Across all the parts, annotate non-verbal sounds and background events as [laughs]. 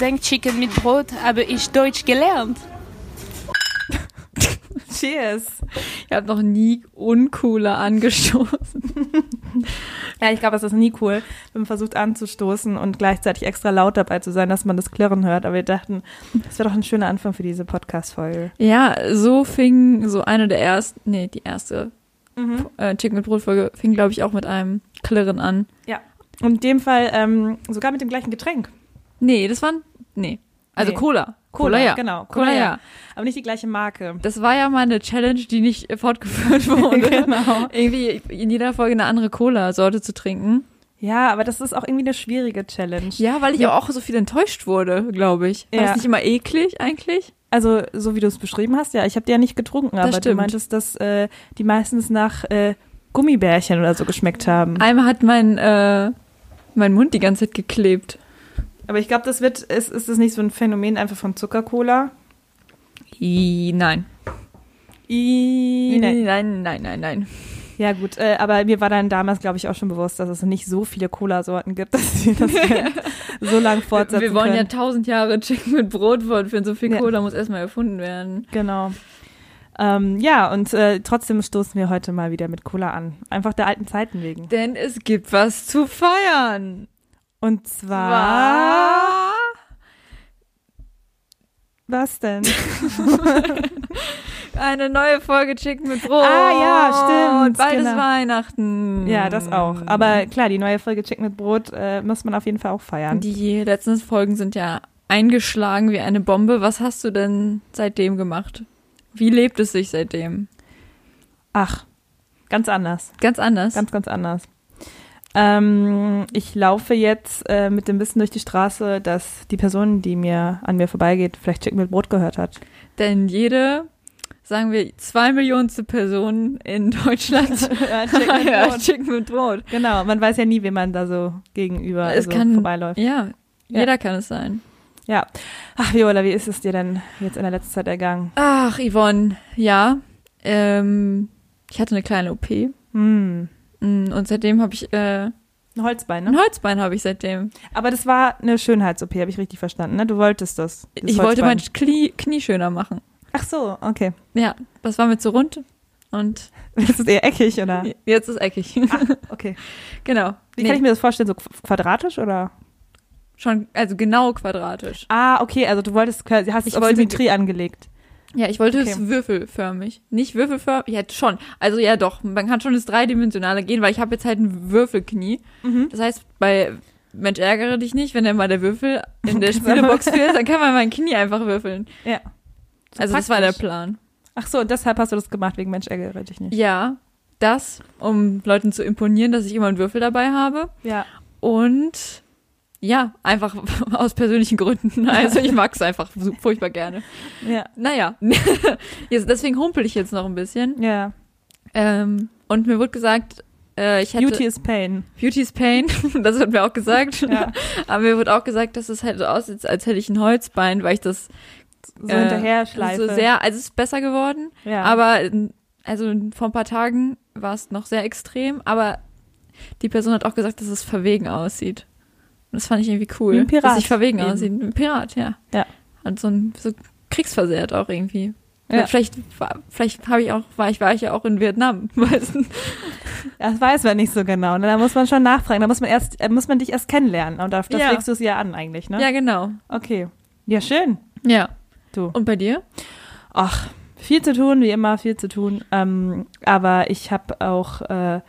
denkt Chicken mit Brot, habe ich Deutsch gelernt. Cheers. Ich habe noch nie uncooler angestoßen. Ja, ich glaube, das ist nie cool, wenn man versucht anzustoßen und gleichzeitig extra laut dabei zu sein, dass man das Klirren hört. Aber wir dachten, das wäre doch ein schöner Anfang für diese Podcast-Folge. Ja, so fing so eine der ersten, nee, die erste äh, Chicken mit Brot Folge fing, glaube ich, auch mit einem Klirren an. Ja. Und in dem Fall ähm, sogar mit dem gleichen Getränk. Nee, das waren, nee. Also Nee. Cola. Cola, ja. Genau. Cola, ja. Aber nicht die gleiche Marke. Das war ja mal eine Challenge, die nicht [laughs] äh, fortgeführt wurde. Genau. Irgendwie in jeder Folge eine andere Cola-Sorte zu trinken. Ja, aber das ist auch irgendwie eine schwierige Challenge. Ja, weil ich auch so viel enttäuscht wurde, glaube ich. War Ja. das nicht immer eklig eigentlich? Also, so wie du es beschrieben hast, ja, ich habe die ja nicht getrunken, aber du stimmt. meintest, dass äh, die meistens nach äh, Gummibärchen oder so geschmeckt haben. Einmal hat mein, äh, mein Mund die ganze Zeit geklebt. Aber ich glaube, das wird, ist, ist das nicht so ein Phänomen einfach von Zuckercola? I, nein. I, nein. nein, nein, nein, nein. Ja, gut, äh, aber mir war dann damals, glaube ich, auch schon bewusst, dass es nicht so viele Cola-Sorten gibt, [laughs] dass sie [laughs] das so lang fortsetzen Wir wollen ja können. tausend Jahre Chicken mit Brot fortführen. So viel Ja. Cola muss erstmal erfunden werden. Genau. Ähm, ja, und äh, trotzdem stoßen wir heute mal wieder mit Cola an. Einfach der alten Zeiten wegen. Denn es gibt was zu feiern. Und zwar. Was denn? Eine neue Folge Chicken mit Brot. Ah, ja, stimmt, Bald ist genau. Weihnachten. Ja, das auch. Aber klar, die neue Folge Chicken mit Brot äh, muss man auf jeden Fall auch feiern. Die letzten Folgen sind ja eingeschlagen wie eine Bombe. Was hast du denn seitdem gemacht? Wie lebt es sich seitdem? Ach, ganz anders. Ganz anders. Ganz, ganz anders. Ähm, ich laufe jetzt äh, mit dem Wissen durch die Straße, dass die Person, die mir an mir vorbeigeht, vielleicht Chicken mit Brot gehört hat. Denn jede, sagen wir, zwei Millionenste Person in [laughs] Deutschland ja, [laughs] [laughs] ja, Chicken mit Brot. Genau, man weiß ja nie, wem man da so gegenüber Es also kann- vorbeiläuft. Ja, Ja. jeder kann es sein. Ja. Ach, Viola, wie ist es dir denn jetzt in der letzten Zeit ergangen? Ach, Yvonne, ja. Ähm, ich hatte eine kleine OP mm, Hm. und seitdem habe ich äh, Ein Holzbein, ne? ein Holzbein habe ich seitdem. Aber das war eine Schönheits-OP, habe ich richtig verstanden, ne? Du wolltest das. das ich wollte mein Holzbein. Knie, Knie schöner machen. Ach so, okay. [laughs] Ja, das war mir zu rund und Das ist eher eckig, oder? jetzt ist eckig. Okay. [laughs] genau. Wie Nee, kann ich mir das vorstellen? So qu- quadratisch oder? schon also genau quadratisch. Ah, okay, also du wolltest, quasi- hast Ich es auf wollte- Symmetrie angelegt. Ja, ich wollte Okay. es würfelförmig. Nicht würfelförmig, ja schon. Also ja doch, man kann schon ins Dreidimensionale gehen, weil ich habe jetzt halt ein Würfelknie. Das heißt, bei Mensch ärgere dich nicht, wenn dann mal der Würfel in der Spielebox fehlt, dann kann man mein Knie einfach würfeln. Ja. also das war der Plan. Ach so, und deshalb hast du das gemacht, wegen Mensch ärgere dich nicht. Ja, das, um Leuten zu imponieren, dass ich immer einen Würfel dabei habe. Ja. Und ja, einfach [laughs] aus persönlichen Gründen. Also ich mag es einfach so furchtbar gerne. Ja. Naja, [laughs] jetzt, deswegen humpel ich jetzt noch ein bisschen. Ja. Ähm, und mir wurde gesagt, äh, ich hätte Beauty is pain. Beauty is Pain, [laughs] das wird mir auch gesagt. Ja. [laughs] Aber mir wurde auch gesagt, dass es halt so aussieht, als hätte ich ein Holzbein, weil ich das So äh, hinterher schleife. so sehr, also es ist besser geworden. ja. Aber n- also vor ein paar Tagen war es noch sehr extrem, aber die Person hat auch gesagt, dass es verwegen aussieht. Und das fand ich irgendwie cool. Ein Pirat Dass ich verwegen eben. aussieht. Ein Pirat, ja. Ja. Und so ein so kriegsversehrt auch irgendwie. Ja. Vielleicht, war- vielleicht habe ich auch, war ich, war ich ja auch in Vietnam. [laughs] Weißt du? Das weiß man nicht so genau. Ne? Da muss man schon nachfragen. Da muss man erst, äh, muss man dich erst kennenlernen. Und auf das Ja. legst du es ja an eigentlich, ne? Ja, genau. Okay. Ja, schön. Ja. Du. Und bei dir? Ach, viel zu tun, wie immer, viel zu tun. Ähm, aber ich habe auch, äh,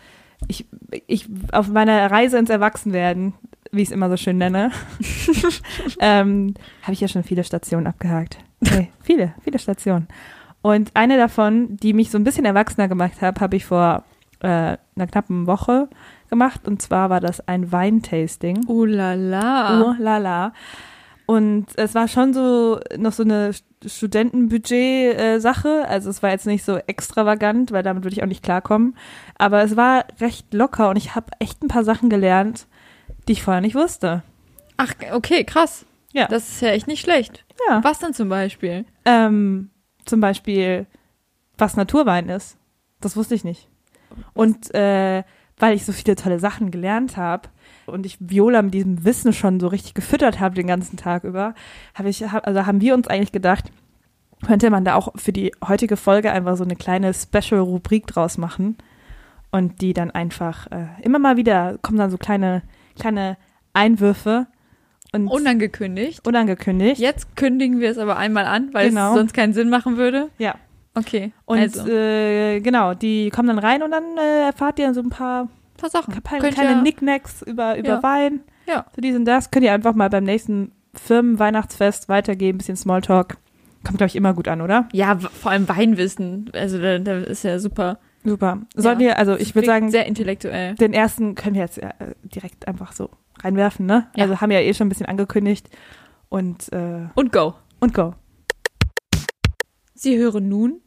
ich, ich, auf meiner Reise ins Erwachsenwerden, wie ich es immer so schön nenne, ähm, habe ich ja schon viele Stationen abgehakt. Nee, viele, viele Stationen. Und eine davon, die mich so ein bisschen erwachsener gemacht hat, habe ich vor äh, einer knappen Woche gemacht. Und zwar war das ein Weintasting. Oh la la. Oh, la la. Und es war schon so noch so eine Studentenbudget-Sache. also es war jetzt nicht so extravagant, weil damit würde ich auch nicht klarkommen. Aber es war recht locker und ich habe echt ein paar Sachen gelernt, die ich vorher nicht wusste. Ach, okay, krass. Ja. Das ist ja echt nicht schlecht. Ja. Was denn zum Beispiel? Ähm, zum Beispiel, was Naturwein ist. Das wusste ich nicht. Und äh, weil ich so viele tolle Sachen gelernt habe und ich Viola mit diesem Wissen schon so richtig gefüttert habe den ganzen Tag über, habe ich, hab, also haben wir uns eigentlich gedacht, könnte man da auch für die heutige Folge einfach so eine kleine Special-Rubrik draus machen und die dann einfach äh, immer mal wieder kommen dann so kleine, kleine Einwürfe und Unangekündigt. unangekündigt. Jetzt kündigen wir es aber einmal an, weil Genau. es sonst keinen Sinn machen würde. Ja. Okay. Und also, ein äh, genau, die kommen dann rein und dann äh, erfahrt ihr so ein paar paar Sachen. kleine, Könnt kleine ihr- Knickknacks über, über Ja. Wein. Ja. So dies und das. Könnt ihr einfach mal beim nächsten Firmenweihnachtsfest weitergeben, bisschen Smalltalk. Kommt, glaube ich, immer gut an, oder? Ja, w- vor allem Weinwissen. Also, da, da ist ja super. Super. Sollen wir, also ich würde Klingt sagen, Sehr intellektuell. den ersten können wir jetzt äh, direkt einfach so reinwerfen, ne? Ja. Also haben wir ja eh schon ein bisschen angekündigt. Und, äh, Und go. und go. Sie hören nun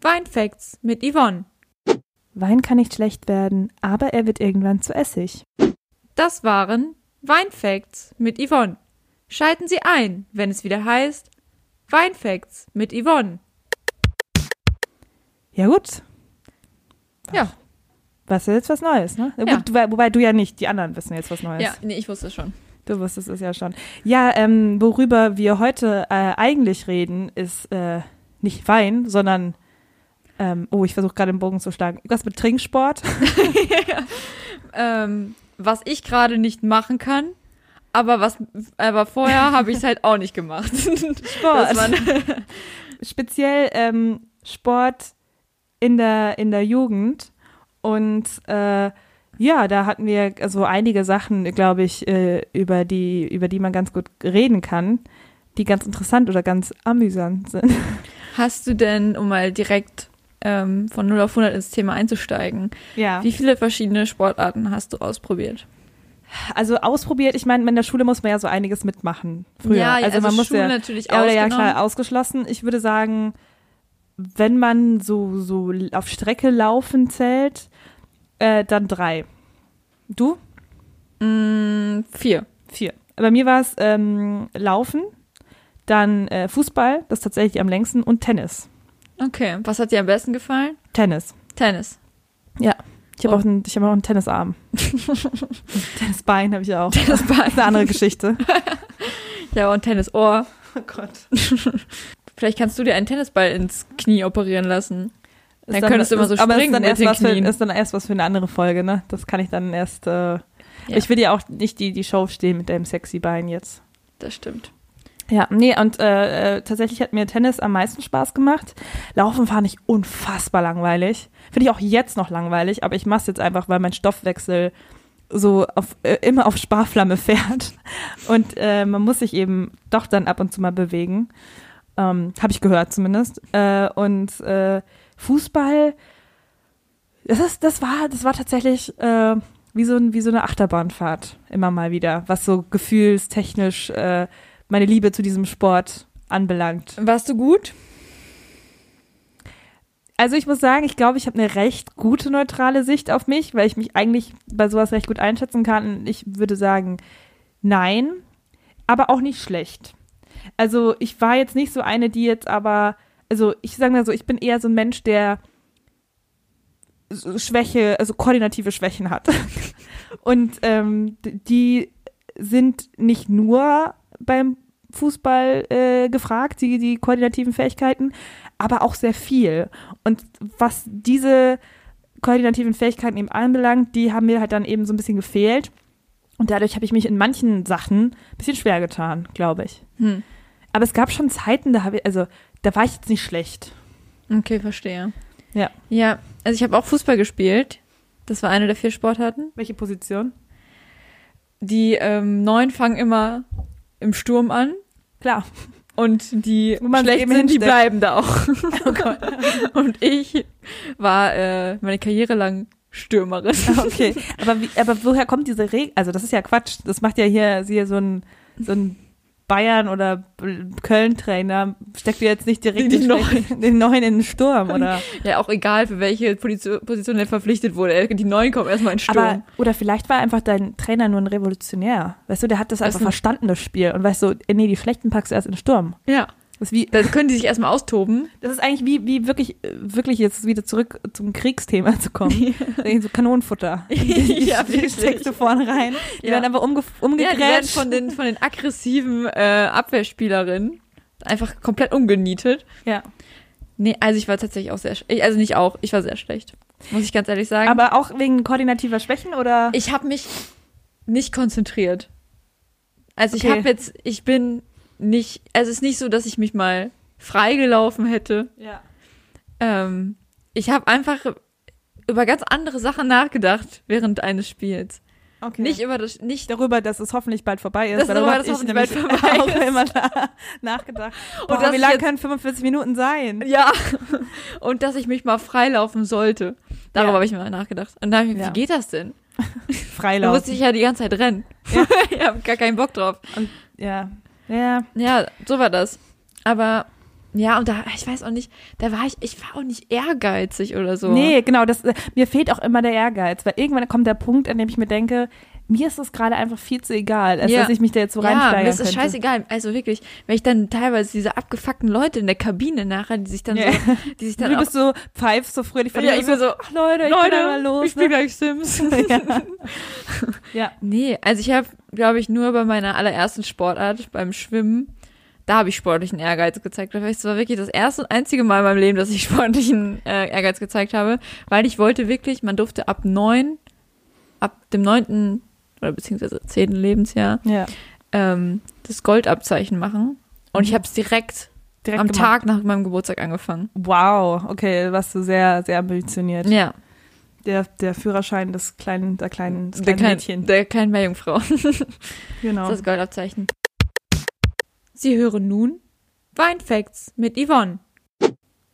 Weinfacts mit Yvonne. Wein kann nicht schlecht werden, aber er wird irgendwann zu Essig. Das waren Weinfacts mit Yvonne. Schalten Sie ein, wenn es wieder heißt Weinfacts mit Yvonne. Ja, gut. Ja. Was ist jetzt was Neues, ne? Ja. Gut, wobei, wobei du ja nicht, die anderen wissen jetzt was Neues. Ja, nee, ich wusste es schon. Du wusstest es ja schon. Ja, ähm, worüber wir heute äh, eigentlich reden, ist äh, nicht Wein, sondern ähm, oh, ich versuche gerade den Bogen zu schlagen. Was mit Trinksport? Ähm, was ich gerade nicht machen kann, aber was aber vorher habe ich es halt auch nicht gemacht. Das war Speziell ähm, Sport in der, in der Jugend. Und äh, ja, da hatten wir so einige Sachen, glaube ich, äh, über, die, über die man ganz gut reden kann, die ganz interessant oder ganz amüsant sind. [laughs] Hast du denn, um mal direkt ähm, von 0 auf 100 ins Thema einzusteigen, Ja. wie viele verschiedene Sportarten hast du ausprobiert? Also ausprobiert, ich meine, in der Schule muss man ja so einiges mitmachen. Früher. Ja, also, man muss Schule ja, natürlich ja, oder ja ausgenommen. klar, ausgeschlossen. Ich würde sagen, wenn man so, so auf Strecke laufen zählt, äh, dann drei. Du? Mm, vier. Vier. Bei mir war es ähm, Laufen, dann äh, Fußball, das ist tatsächlich am längsten, und Tennis. Okay. Was hat dir am besten gefallen? Tennis. Tennis. Ich habe Oh. auch, einen- ich hab auch einen Tennisarm. Und Tennisbein habe ich auch. Das [laughs] Das war ist eine andere Geschichte. Ja, und Tennisohr. Oh Gott. [laughs] Vielleicht kannst du dir einen Tennisball ins Knie operieren lassen. Ist [laughs] Dann könntest du immer so aber springen ist dann mit erst den was für, Knien. ist dann erst was für eine andere Folge, ne? Das kann ich dann erst. Äh, Ich will ja auch nicht die, die Show stehen mit deinem sexy Bein jetzt. Das stimmt. Ja, nee, und äh, äh, tatsächlich hat mir Tennis am meisten Spaß gemacht. Laufen fand ich unfassbar langweilig. Finde ich auch jetzt noch langweilig, aber ich mach's jetzt einfach, weil mein Stoffwechsel so auf, äh, immer auf Sparflamme [laughs] fährt. Und äh, man muss sich eben doch dann ab und zu mal bewegen. Ähm, Habe ich gehört zumindest. Äh, und äh, Fußball, das, ist, das, war, das war tatsächlich äh, wie, so ein, wie so eine Achterbahnfahrt immer mal wieder, was so gefühlstechnisch äh, meine Liebe zu diesem Sport anbelangt. Warst du gut? Also ich muss sagen, ich glaube, ich habe eine recht gute neutrale Sicht auf mich, weil ich mich eigentlich bei sowas recht gut einschätzen kann. Ich würde sagen, nein, aber auch nicht schlecht. Also ich war jetzt nicht so eine, die jetzt aber, also ich sage mal so, ich bin eher so ein Mensch, der so Schwäche, also koordinative Schwächen hat. [laughs] Und ähm, d- die sind nicht nur beim Fußball äh, gefragt, die, die koordinativen Fähigkeiten, aber auch sehr viel. Und was diese koordinativen Fähigkeiten eben anbelangt, die haben mir halt dann eben so ein bisschen gefehlt. Und dadurch habe ich mich in manchen Sachen ein bisschen schwer getan, glaube ich. Hm. Aber es gab schon Zeiten, da habe ich, also da war ich jetzt nicht schlecht. Okay, verstehe. Ja. Ja, also ich habe auch Fußball gespielt. Das war eine der vier Sportarten. Welche Position? Die ähm, Neun fangen immer im Sturm an Klar. und die Wo man sie schlecht eben sind, die hinsteckt. bleiben [laughs] da auch. Oh und ich war äh, meine Karriere lang Stürmerin. Ah, Okay. [laughs] aber, wie, aber woher kommt diese Regel? Also das ist ja Quatsch. Das macht ja hier, hier so ein, so ein Bayern- oder Köln-Trainer. Steckt ihr jetzt nicht direkt Den den, Neuen- [laughs] den Neuen in den Sturm, oder? [laughs] Ja, auch egal, für welche Position, Position er verpflichtet wurde. Die Neuen kommen erstmal in den Sturm. Aber, oder vielleicht war einfach dein Trainer nur ein Revolutionär. Weißt du, der hat das Das einfach ist- äh, verstanden, das Spiel. Und weißt du, nee, die Schlechten packst du erst in den Sturm. ja. Das ist, wie, Da können die sich [laughs] erstmal austoben. das ist eigentlich wie, wie wirklich, äh, wirklich jetzt wieder zurück zum Kriegsthema zu [laughs] kommen. so Kanonenfutter. Die, Ja, die steckst du vorne rein. Die Ja. werden einfach umge Ja, die werden umgegrätscht. von den, von den aggressiven äh, Abwehrspielerinnen einfach komplett umgenietet. Ja. Nee, also ich war tatsächlich auch sehr schlecht. Also nicht auch, ich war sehr schlecht. Muss ich ganz ehrlich sagen. Aber auch wegen koordinativer Schwächen oder? ich habe mich nicht konzentriert. Also ich Okay. habe jetzt, ich bin nicht, also es ist nicht so, dass ich mich mal freigelaufen hätte. Ja. Ähm, ich habe einfach über ganz andere Sachen nachgedacht während eines Spiels. Okay. Nicht über das, nicht darüber, dass es hoffentlich bald vorbei ist. Dass weil darüber, darüber dass hab hoffentlich nämlich bald [laughs] vorbei auch ist. immer da nachgedacht. Boah, dass wie ich lang jetzt- können 45 Minuten sein? Ja, [laughs] und dass ich mich mal freilaufen sollte. Darüber Ja. habe ich mal nachgedacht. Und dann habe ich mir gedacht, Ja. wie geht das denn? Da Freilauf. musste ich ja die ganze Zeit rennen. [laughs] ich habe gar keinen Bock drauf. Ja. Ja. Ja, so war das. Aber ja, und da, ich weiß auch nicht, da war ich, ich war auch nicht ehrgeizig oder so. Nee, genau, das, äh, mir fehlt auch immer der Ehrgeiz, weil irgendwann kommt der Punkt, an dem ich mir denke, mir ist das gerade einfach viel zu egal, als Ja. dass ich mich da jetzt so ja, reinsteigern mir ist das könnte. scheißegal. Also wirklich, wenn ich dann teilweise diese abgefuckten Leute in der Kabine nachher, die sich dann Ja. so, die sich dann Du auch, bist so pfeifst so fröhlich von ja, dir ich bin so, ach Leute, ich Leute, bin mal los. ich bin [laughs] gleich Sims. [laughs] ne? ja. Nee, also ich habe, glaube ich, nur bei meiner allerersten Sportart, beim Schwimmen, da habe ich sportlichen Ehrgeiz gezeigt. Das war wirklich das erste und einzige Mal in meinem Leben, dass ich [laughs] sportlichen äh, Ehrgeiz gezeigt habe, weil ich wollte wirklich, man durfte ab neun, ab dem neunten oder beziehungsweise zehnten Lebensjahr ja. ähm, das Goldabzeichen machen. Und ich Mhm. habe es direkt, Direkt am gemacht. Tag nach meinem Geburtstag angefangen. Wow, okay, warst du sehr, sehr ambitioniert. Ja, Der, der Führerschein des kleinen, der kleinen, des der kleinen kleinen Mädchen. der kleinen Meerjungfrau. [laughs] genau. Das ist das Goldabzeichen. Sie hören nun Weinfacts mit Yvonne.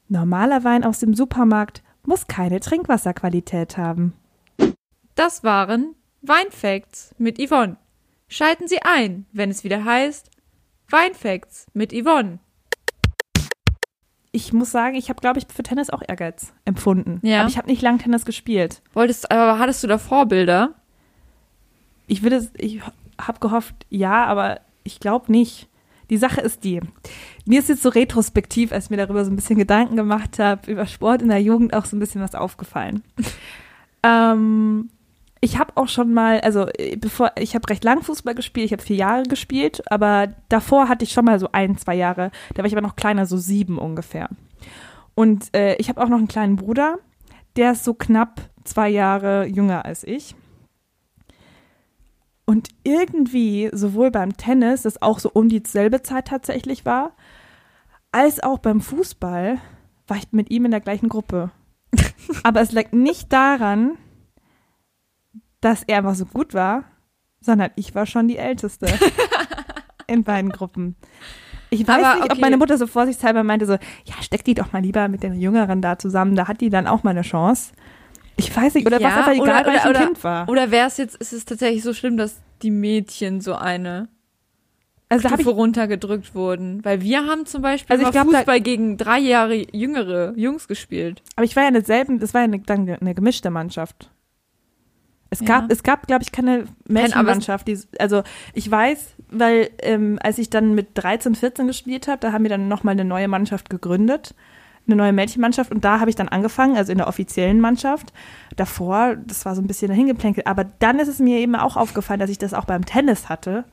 Normaler Wein aus dem Supermarkt muss keine Trinkwasserqualität haben. Das waren Weinfacts mit Yvonne. Schalten Sie ein, wenn es wieder heißt Weinfacts mit Yvonne. Ich muss sagen, ich habe, glaube ich, für Tennis auch Ehrgeiz empfunden. Ja. Aber ich habe nicht lang Tennis gespielt. Wolltest, aber hattest du da Vorbilder? Ich würde, ich habe gehofft, ja, aber ich glaube nicht. Die Sache ist die. Mir ist jetzt so retrospektiv, als ich mir darüber so ein bisschen Gedanken gemacht habe, über Sport in der Jugend auch so ein bisschen was aufgefallen. [laughs] ähm, ich habe auch schon mal, also äh, bevor, ich habe recht lang Fußball gespielt, ich habe vier Jahre gespielt, aber davor hatte ich schon mal so ein, zwei Jahre, da war ich aber noch kleiner, so sieben ungefähr. Und äh, ich habe auch noch einen kleinen Bruder, der ist so knapp zwei Jahre jünger als ich. Und irgendwie, sowohl beim Tennis, das auch so um dieselbe Zeit tatsächlich war, als auch beim Fußball, war ich mit ihm in der gleichen [laughs] Gruppe. Aber es lag nicht daran, dass er einfach so gut war, sondern ich war schon die Älteste [laughs] in beiden Gruppen. Ich weiß Aber nicht, ob okay. meine Mutter so vorsichtshalber meinte so, ja, steck die doch mal lieber mit den Jüngeren da zusammen, da hat die dann auch mal eine Chance. Ich weiß nicht, oder Ja, was einfach egal, oder- weil ich ein oder- Kind war. Oder wäre es jetzt, ist es tatsächlich so schlimm, dass die Mädchen so eine Also da habe ich Stufe runtergedrückt wurden? Weil wir haben zum Beispiel Also ich mal glaub, da- Fußball gegen drei Jahre jüngere Jungs gespielt. Aber ich war ja in derselben, das war ja eine, dann ge- eine gemischte Mannschaft. Es Ja. gab, es gab, glaube ich, keine Mädchenmannschaft. die, also ich weiß, weil ähm, als ich dann mit 13, 14 gespielt habe, da haben wir dann nochmal eine neue Mannschaft gegründet, eine neue Mädchenmannschaft und da habe ich dann angefangen, also in der offiziellen Mannschaft. Davor, das war so ein bisschen dahingeplänkelt, aber dann ist es mir eben auch aufgefallen, dass ich das auch beim Tennis hatte.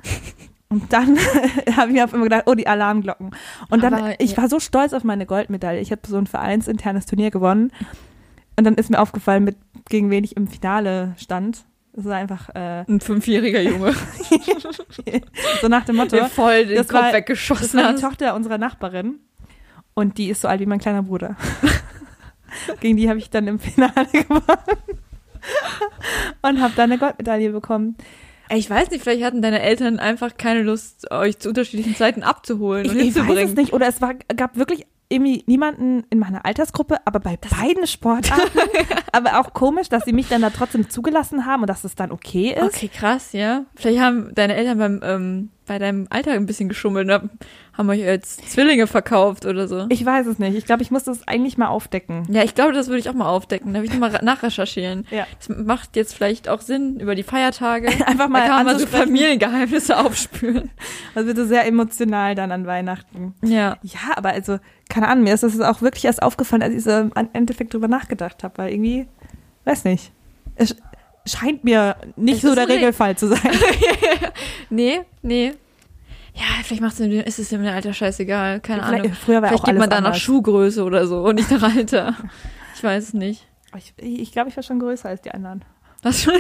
Und dann [laughs] habe ich mir auf immer gedacht, oh, die Alarmglocken. Und dann, Aber, ich ja. war so stolz auf meine Goldmedaille. Ich habe so ein vereinsinternes Turnier gewonnen. Und dann ist mir aufgefallen, mit, gegen wen ich im Finale stand. Das war einfach äh, Ein fünfjähriger Junge, so nach dem Motto, [laughs] der voll den Das Kopf war- das weggeschossen war die hat. Tochter unserer Nachbarin. Und die ist so alt wie mein kleiner Bruder. [laughs] gegen die habe ich dann im Finale [laughs] gewonnen. Und habe dann eine Goldmedaille bekommen. Ey, Ich weiß nicht, vielleicht hatten deine Eltern einfach keine Lust, euch zu unterschiedlichen Zeiten abzuholen Ich, und ich weiß hinzubringen. es nicht. Oder es war, gab wirklich irgendwie niemanden in meiner Altersgruppe, aber bei beiden [laughs] Sportarten. aber auch komisch, dass sie mich dann da trotzdem zugelassen haben und dass es dann okay ist. Okay, krass, ja. Vielleicht haben deine Eltern beim ähm, bei deinem Alltag ein bisschen geschummelt und hab, haben euch jetzt Zwillinge verkauft oder so. Ich weiß es nicht. Ich glaube, ich muss das eigentlich mal aufdecken. Ja, ich glaube, das würde ich auch mal aufdecken. Da würde ich nochmal nachrecherchieren. Ja. Das macht jetzt vielleicht auch Sinn über die Feiertage. [laughs] Einfach mal da kann man so anzusprechen. Familiengeheimnisse aufspüren. Also bitte sehr emotional dann an Weihnachten. Ja. Ja, aber also, keine Ahnung, mir ist das auch wirklich erst aufgefallen, als ich so im Endeffekt drüber nachgedacht habe, weil irgendwie, weiß nicht, es scheint mir nicht Es so ist der ein Reg- Regelfall zu [laughs] sein. Nee, nee. Ja, vielleicht macht's ihm, ist es ihm in Alter scheißegal. Keine Ahnung. Früher war Vielleicht auch geht alles man da nach anders. Schuhgröße oder so und nicht nach Alter. Ich weiß es nicht. Ich, ich glaube, ich war schon größer als die anderen. [laughs] Was für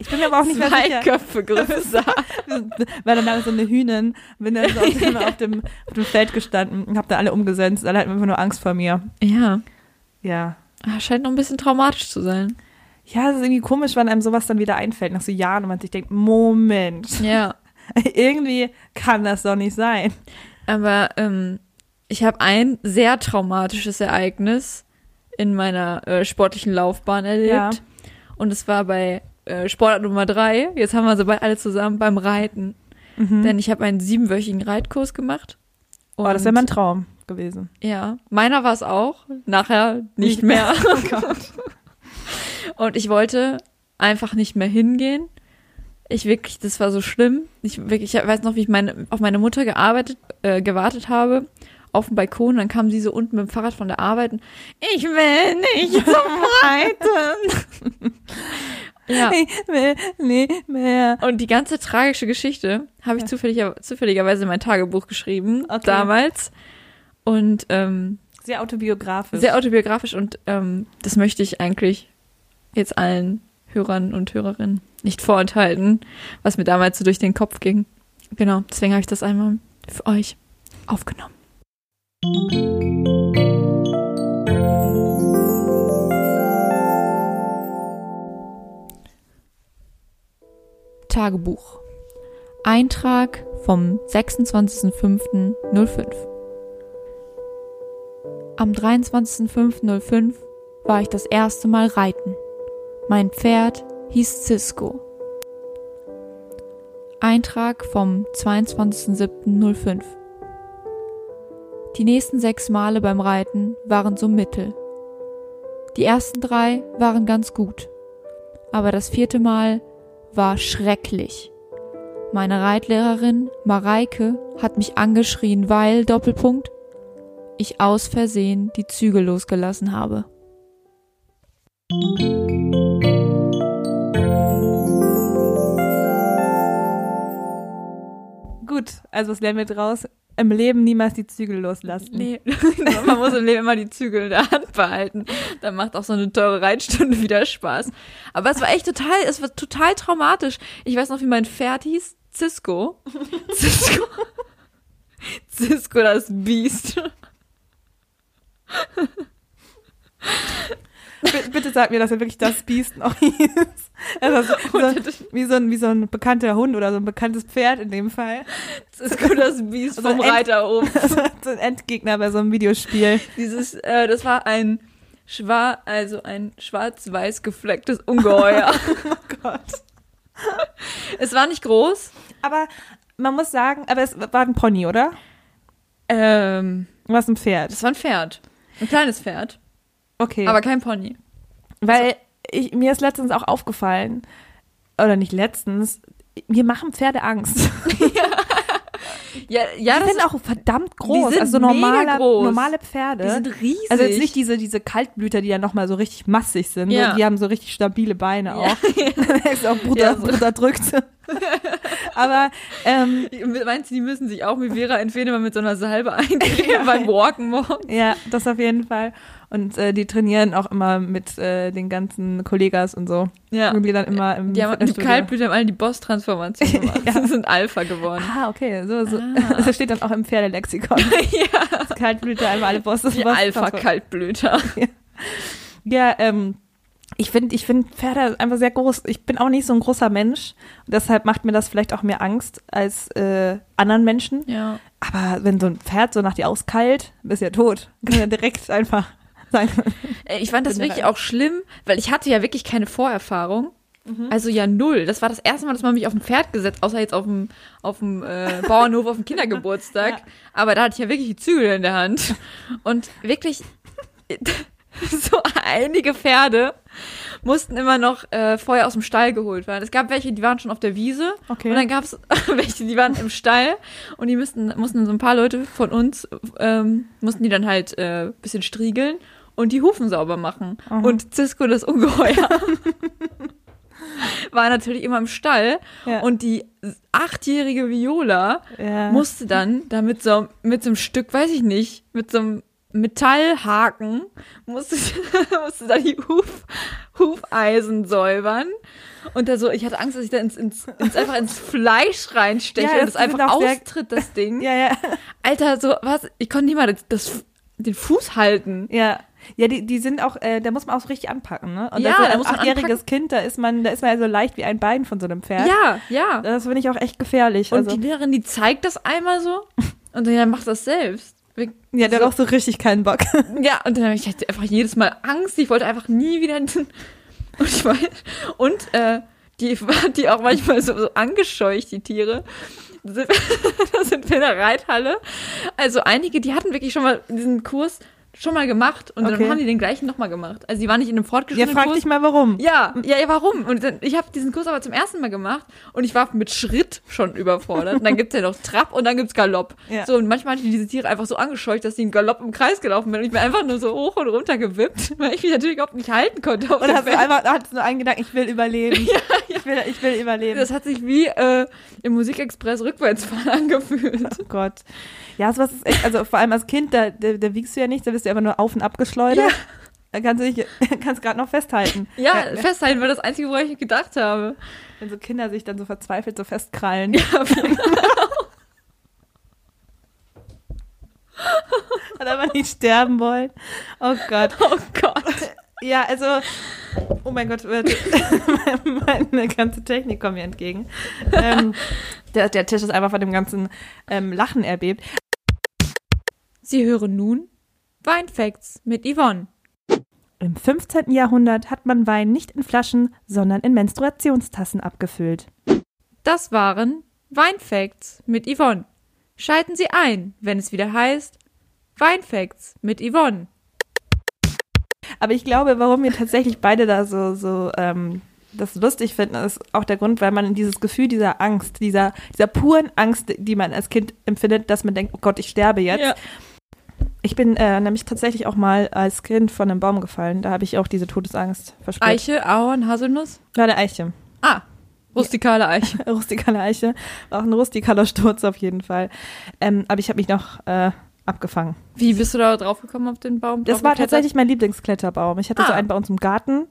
Ich bin mir aber auch nicht mehr zwei sicher. [laughs] Köpfe größer. Weil dann da so eine Hühnin, bin dann [laughs] so auf dem, auf dem, auf dem Feld gestanden und habe da alle umgesetzt. Alle hatten einfach nur Angst vor mir. ja. Ja. Ah, Scheint noch ein bisschen traumatisch zu sein. Ja, es ist irgendwie komisch, wenn einem sowas dann wieder einfällt nach so Jahren und man sich denkt, Moment, Ja. [laughs] irgendwie kann das doch nicht sein. Aber ähm, ich habe ein sehr traumatisches Ereignis in meiner äh, sportlichen Laufbahn erlebt. Ja. Und es war bei äh, Sportart Nummer drei. Jetzt haben wir sie bei alle zusammen beim Reiten. Denn ich habe einen siebenwöchigen Reitkurs gemacht. Oh, Mhm. das wäre mein Traum gewesen. Ja, meiner war es auch. Nachher Nicht nicht, mehr. [laughs] Oh Gott. Und ich wollte einfach nicht mehr hingehen. Ich wirklich, das war so schlimm. Ich wirklich, ich weiß noch, wie ich meine, auf meine Mutter gearbeitet, äh, gewartet habe auf dem Balkon. Dann kam sie so unten mit dem Fahrrad von der Arbeit. Und, ich will nicht zum [laughs] Reiten. ja. Ich will nicht mehr. Und die ganze tragische Geschichte habe ich zufälliger, zufälligerweise in mein Tagebuch geschrieben Okay. damals. Und ähm, Sehr autobiografisch. Sehr autobiografisch und ähm, das möchte ich eigentlich jetzt allen Hörern und Hörerinnen nicht vorenthalten, was mir damals so durch den Kopf ging. Genau, deswegen habe ich das einmal für euch aufgenommen. Tagebuch. Eintrag vom 26.05.05. Am 23.05.05 war ich das erste Mal reiten. Mein Pferd hieß Cisco. Eintrag vom 22.07.05 Die nächsten sechs Male beim Reiten waren so mittel. Die ersten drei waren ganz gut. Aber das vierte Mal war schrecklich. Meine Reitlehrerin Mareike hat mich angeschrien, weil Doppelpunkt ich aus Versehen die Zügel losgelassen habe. Gut, also was lernen wir draus? Im Leben niemals die Zügel loslassen. Mhm. Nee, [laughs] man muss im Leben immer die Zügel in der Hand behalten. Dann macht auch so eine teure Reitstunde wieder Spaß. Aber es war echt total, es war total traumatisch. Ich weiß noch, wie mein Pferd hieß. [laughs] Cisco. Cisco. Cisco, das Biest. B bitte sag mir, dass er wirklich das Biest noch [laughs] hieß. Also so, so, wie, so ein, wie so ein bekannter Hund oder so ein bekanntes Pferd in dem Fall. Cisco, das Biest vom Reiter oben. so ein Endgegner bei so einem [laughs] Videospiel. Dieses, äh, das war ein schwar, also ein schwarz-weiß geflecktes [laughs] Ungeheuer. Oh Gott. es war nicht groß. Aber man muss sagen, aber es war ein Pony, oder? Ähm, War es ein Pferd? Das war ein Pferd. Ein kleines Pferd, Okay. aber kein Pony. Weil ich, mir ist letztens auch aufgefallen, oder nicht letztens, mir machen Pferde Angst. Ja, ja die das sind ist, auch verdammt groß. sind also mega normale, groß. normale Pferde. die sind riesig. also jetzt nicht diese, diese Kaltblüter, die ja nochmal so richtig massig sind. Ja. So, die haben so richtig stabile Beine auch. [laughs] ist auch Bruder, Ja, so. Bruder drückt. [laughs] Aber ähm, Meinst du, die müssen sich auch mit Vera entweder mal mit so einer Salbe [laughs] eincremen beim Walken morgen? Ja, das auf jeden Fall. Und äh, die trainieren auch immer mit äh, den ganzen Kollegas und so. Ja. Und die dann immer im Die, haben, die Fitnessstudio. Kaltblüter haben alle [laughs] die Boss-Transformation gemacht. Ja. [laughs] Sie sind Alpha geworden. Ah, okay. So, so. Ah. [laughs] Das steht dann auch im Pferdelexikon. [laughs] ja. Das Kaltblüter, einmal alle Bosses. Die Boss- Alpha-Kaltblüter. Ja, ähm, ich finde ich find Pferde einfach sehr groß. Ich bin auch nicht so ein großer Mensch. Und deshalb macht mir das vielleicht auch mehr Angst als äh, anderen Menschen. Ja. Aber wenn so ein Pferd so nach dir auskeilt, bist du ja tot. [laughs] Kann ja direkt einfach sein. Äh, Ich fand das Bin wirklich dabei. auch schlimm, weil ich hatte ja wirklich keine Vorerfahrung. Mhm. Also ja, null. Das war das erste Mal, dass man mich auf ein Pferd gesetzt, außer jetzt auf dem, auf dem äh, Bauernhof, auf [laughs] dem Kindergeburtstag. Aber da hatte ich ja wirklich die Zügel in der Hand. Und wirklich [laughs] so einige Pferde mussten immer noch äh, vorher aus dem Stall geholt werden. Es gab welche, die waren schon auf der Wiese. Okay. Und dann gab es [laughs] welche, die waren im Stall. Und die müssten, mussten so ein paar Leute von uns, ähm, mussten die dann halt äh, bisschen striegeln und die Hufen sauber machen. Und Cisco, das Ungeheuer, [laughs] war natürlich immer im Stall. Ja. Und die achtjährige Viola Ja. musste dann da mit so, mit so einem Stück, weiß ich nicht, mit so einem Metallhaken musste, [laughs] musste da die Huf, Hufeisen säubern. Und da so, ich hatte Angst, dass ich da ins, ins, ins einfach ins Fleisch reinsteche Ja, und das es einfach sind auch sehr- austritt, das Ding. ja, ja, Alter, so, was? Ich konnte nicht mal das, das, den Fuß halten. [laughs] ja. Ja, die, die sind auch, äh, da muss man auch so richtig anpacken, ne? Und Ja, das ist da ein muss man achtjähriges Kind, da ist man, da ist man ja so leicht wie ein Bein von so einem Pferd. Ja, ja. Das finde ich auch echt gefährlich. Und also, die Lehrerin, die zeigt das einmal so und dann macht das selbst. Wir- ja, der so- hat auch so richtig keinen Bock. Ja, und dann habe ich halt einfach jedes Mal Angst. Ich wollte einfach nie wieder. [laughs] Und ich weiß, und äh, die war die auch manchmal so, so angescheucht, die Tiere. Da sind, [laughs] da sind wir in der Reithalle. Also einige, die hatten wirklich schon mal diesen Kurs schon mal gemacht und Okay. dann haben die den gleichen nochmal gemacht. Also die waren nicht in einem Ja, fortgeschrittenen frag Kurs. dich mal warum. Ja, ja, ja, warum? Und dann, ich habe diesen Kurs aber zum ersten Mal gemacht und ich war mit Schritt schon überfordert. Und dann gibt's ja noch Trab und dann gibt's Galopp. Ja. So, und manchmal hatte ich diese Tiere einfach so angescheucht, dass die im Galopp im Kreis gelaufen bin und ich bin einfach nur so hoch und runter gewippt, [laughs] weil ich mich natürlich überhaupt nicht halten konnte. [laughs] auf Und dem hast du Feld. einfach, hast nur einen Gedanken, ich will [laughs] überleben. Ich, will, ich will überleben. Also das hat sich wie äh, im Musikexpress rückwärtsfahren [laughs] angefühlt. Oh Gott. Ja, sowas ist echt, also vor allem als Kind, da, da, da wiegst du ja nichts, da bist du einfach nur auf und ab geschleudert. Ja. Da kannst du dich, [laughs] kannst gerade noch festhalten. [laughs] Ja, festhalten war das Einzige, woran ich [laughs] gedacht habe. Wenn so Kinder sich dann so verzweifelt so [laughs] festkrallen. Oder aber nicht sterben wollen. Oh Gott. Oh Gott. Ja, also, oh mein Gott, wird- [laughs] meine ganze Technik kommt mir entgegen. Ähm, der, der Tisch ist einfach von dem ganzen ähm, Lachen erbebt. Sie hören nun Weinfacts mit Yvonne. Im 15. Jahrhundert hat man Wein nicht in Flaschen, sondern in Menstruationstassen abgefüllt. Das waren Weinfacts mit Yvonne. Schalten Sie ein, wenn es wieder heißt Weinfacts mit Yvonne. Aber ich glaube, warum wir tatsächlich beide da so, so ähm, das lustig finden, ist auch der Grund, weil man dieses Gefühl dieser Angst, dieser, dieser puren Angst, die man als Kind empfindet, dass man denkt, oh Gott, ich sterbe jetzt. Ja. Ich bin äh, nämlich tatsächlich auch mal als Kind von einem Baum gefallen. Da habe ich auch diese Todesangst verspürt. Eiche, Ahorn, Haselnuss? War eine Eiche. [laughs] Ah, rustikale Eiche. Rustikale Eiche. War auch ein rustikaler Sturz auf jeden Fall. Ähm, aber ich habe mich noch äh, abgefangen. Wie bist du da drauf gekommen auf den Baum? Das war draufgeklettert? tatsächlich mein Lieblingskletterbaum. Ich hatte so Ah. einen bei uns im Garten.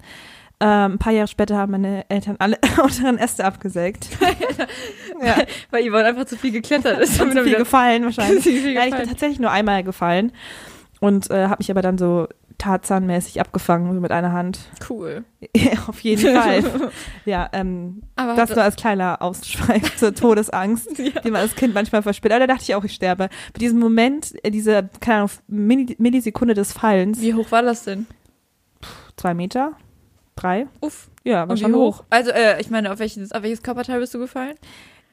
Ähm, ein paar Jahre später haben meine Eltern alle [laughs] unteren Äste [laughs] abgesägt. ja, Weil Yvonne einfach zu [laughs] viel geklettert ist. zu viel gefallen [laughs] wahrscheinlich. Zu viel Nein, ich bin gefallen. tatsächlich nur einmal gefallen und äh, habe mich aber dann so tarzanmäßig abgefangen so mit einer Hand. [laughs] [laughs] cool. Auf jeden [laughs] Fall. ja, ähm, Aber das da- nur als kleiner Ausschweif [laughs] zur Todesangst, die man als Kind manchmal verspürt. Aber da dachte ich auch, ich sterbe. Bei diesem Moment, äh, diese, keine Ahnung, Milli- Millisekunde des Fallens, wie hoch war das denn? zwei Meter, drei, Uff. Ja, aber Und wie schon hoch? hoch. Also, äh, ich meine, auf welches, auf welches Körperteil bist du gefallen?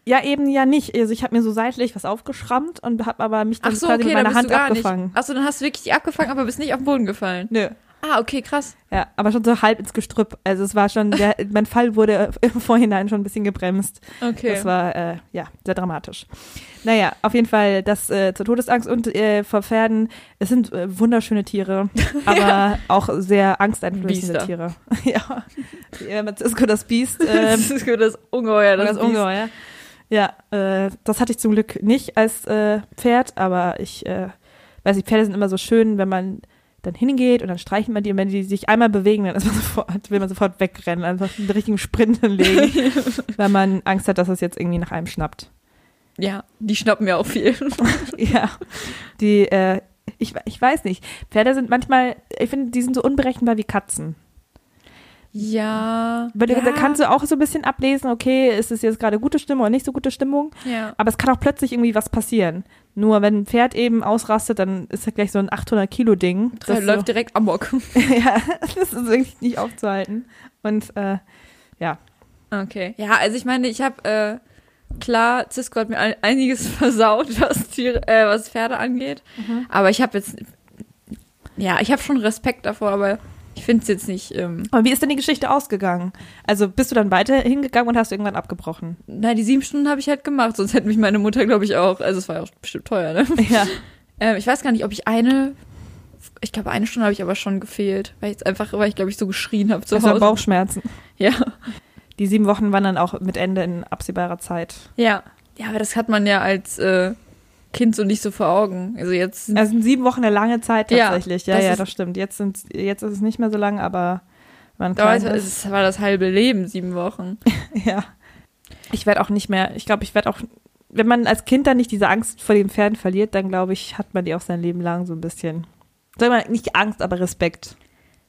Ja, eben ja nicht. Also ich habe mir so seitlich was aufgeschrammt und habe aber mich dann Ach so, quasi okay, mit dann meiner bist Hand du gar abgefangen. nicht. Ach so, dann hast du wirklich die abgefangen, aber bist nicht auf den Boden gefallen. Nö. Ah, okay, krass. Ja, aber schon so halb ins Gestrüpp. Also es war schon, der, [laughs] mein Fall wurde im Vorhinein schon ein bisschen gebremst. Okay. Das war, äh, ja, sehr dramatisch. Naja, auf jeden Fall das äh, zur Todesangst und äh, vor Pferden. Es sind äh, wunderschöne [laughs] Tiere, aber auch sehr angsteinflößende Biester. Tiere. [laughs] ja, wenn man Cisco das Biest [laughs] äh, das ist gut, das Ungeheuer. das, Ähm, Das, das Ungeheuer. Ja, äh, das hatte ich zum Glück nicht als äh, Pferd, aber ich äh, weiß nicht, Pferde sind immer so schön, wenn man dann hingeht und dann streichen man die und wenn die sich einmal bewegen, dann ist man [laughs] sofort, will man sofort wegrennen, einfach einen richtigen Sprint hinlegen, weil man Angst hat, dass es jetzt irgendwie nach einem schnappt. Ja, die schnappen ja auch viel. Ja, die, äh, ich, ich weiß nicht, Pferde sind manchmal, ich finde, die sind so unberechenbar wie Katzen. Ja. Weil ja, da kannst du auch so ein bisschen ablesen, okay, ist es jetzt gerade gute Stimmung oder nicht so gute Stimmung? Ja. Aber es kann auch plötzlich irgendwie was passieren. Nur wenn ein Pferd eben ausrastet, dann ist das gleich so ein 800 Kilo Ding. Das ist [laughs] läuft direkt amok. so, ja, das ist wirklich nicht aufzuhalten. Und äh, ja, [laughs] Okay. Ja, also ich meine, ich habe äh, klar, Cisco hat mir ein, einiges [laughs] versaut, was Tiere, äh, was Pferde angeht. Aber ich habe jetzt, ja, ich habe schon Respekt davor, aber ich finde es jetzt nicht. Ähm, Aber wie ist denn die Geschichte ausgegangen? Also bist du dann weiter hingegangen und hast irgendwann [laughs] abgebrochen? na, die sieben Stunden habe ich halt gemacht, sonst hätte mich meine Mutter, glaube ich, auch. Also es war ja auch bestimmt teuer, ne? Ja. Ähm, ich weiß gar nicht, ob ich eine. Ich glaube, eine Stunde habe ich aber schon gefehlt, weil ich jetzt einfach, weil ich glaube ich so geschrien habe zu Das waren Hause. Bauchschmerzen. Ja, Die sieben Wochen waren dann auch mit Ende in absehbarer Zeit. ja, ja, aber das hat man ja als äh, Kind so nicht so vor Augen. Also jetzt sind Also sind sieben Wochen eine lange Zeit Ja, tatsächlich. Ja, das ja, das, ist- stimmt. Jetzt, sind's, jetzt ist es nicht mehr so lang, aber man kann. Damals war, es war das halbe Leben, sieben Wochen. [laughs] Ja. Ich werde auch nicht mehr, ich glaube, ich werde auch, wenn man als Kind dann nicht diese Angst vor den Pferden verliert, dann glaube ich, hat man die auch sein Leben lang so ein bisschen. Sag mal, nicht Angst, aber Respekt. [laughs]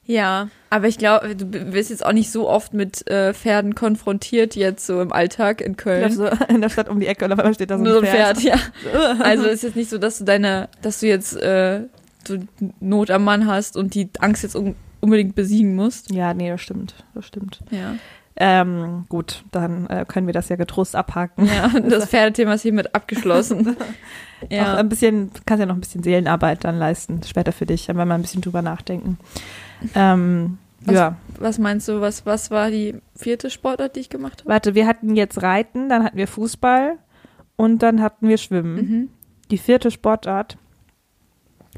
Ja, aber ich glaube, du b- wirst jetzt auch nicht so oft mit äh, Pferden konfrontiert, jetzt so im Alltag in Köln. Läufst so [laughs] in der Stadt um die Ecke und auf einmal steht da so ein, Nur so ein Pferd. Pferd, ja. Also ist jetzt nicht so, dass du deine, dass du jetzt äh, so Not am Mann hast und die Angst jetzt un unbedingt besiegen musst. Ja, nee, das stimmt, das stimmt. Ja. Ähm, gut, dann äh, können wir das ja getrost abhaken. Ja, [laughs] das Pferdethema ist hiermit [laughs] abgeschlossen. Auch ja. ein bisschen, kannst ja noch ein bisschen Seelenarbeit dann leisten, später für dich, wenn wir mal ein bisschen drüber nachdenken. Ähm, Was- ja, Was meinst du, was, was war die vierte Sportart, die ich gemacht habe? warte, wir hatten jetzt Reiten, dann hatten wir Fußball und dann hatten wir Schwimmen. Mhm. Die vierte Sportart.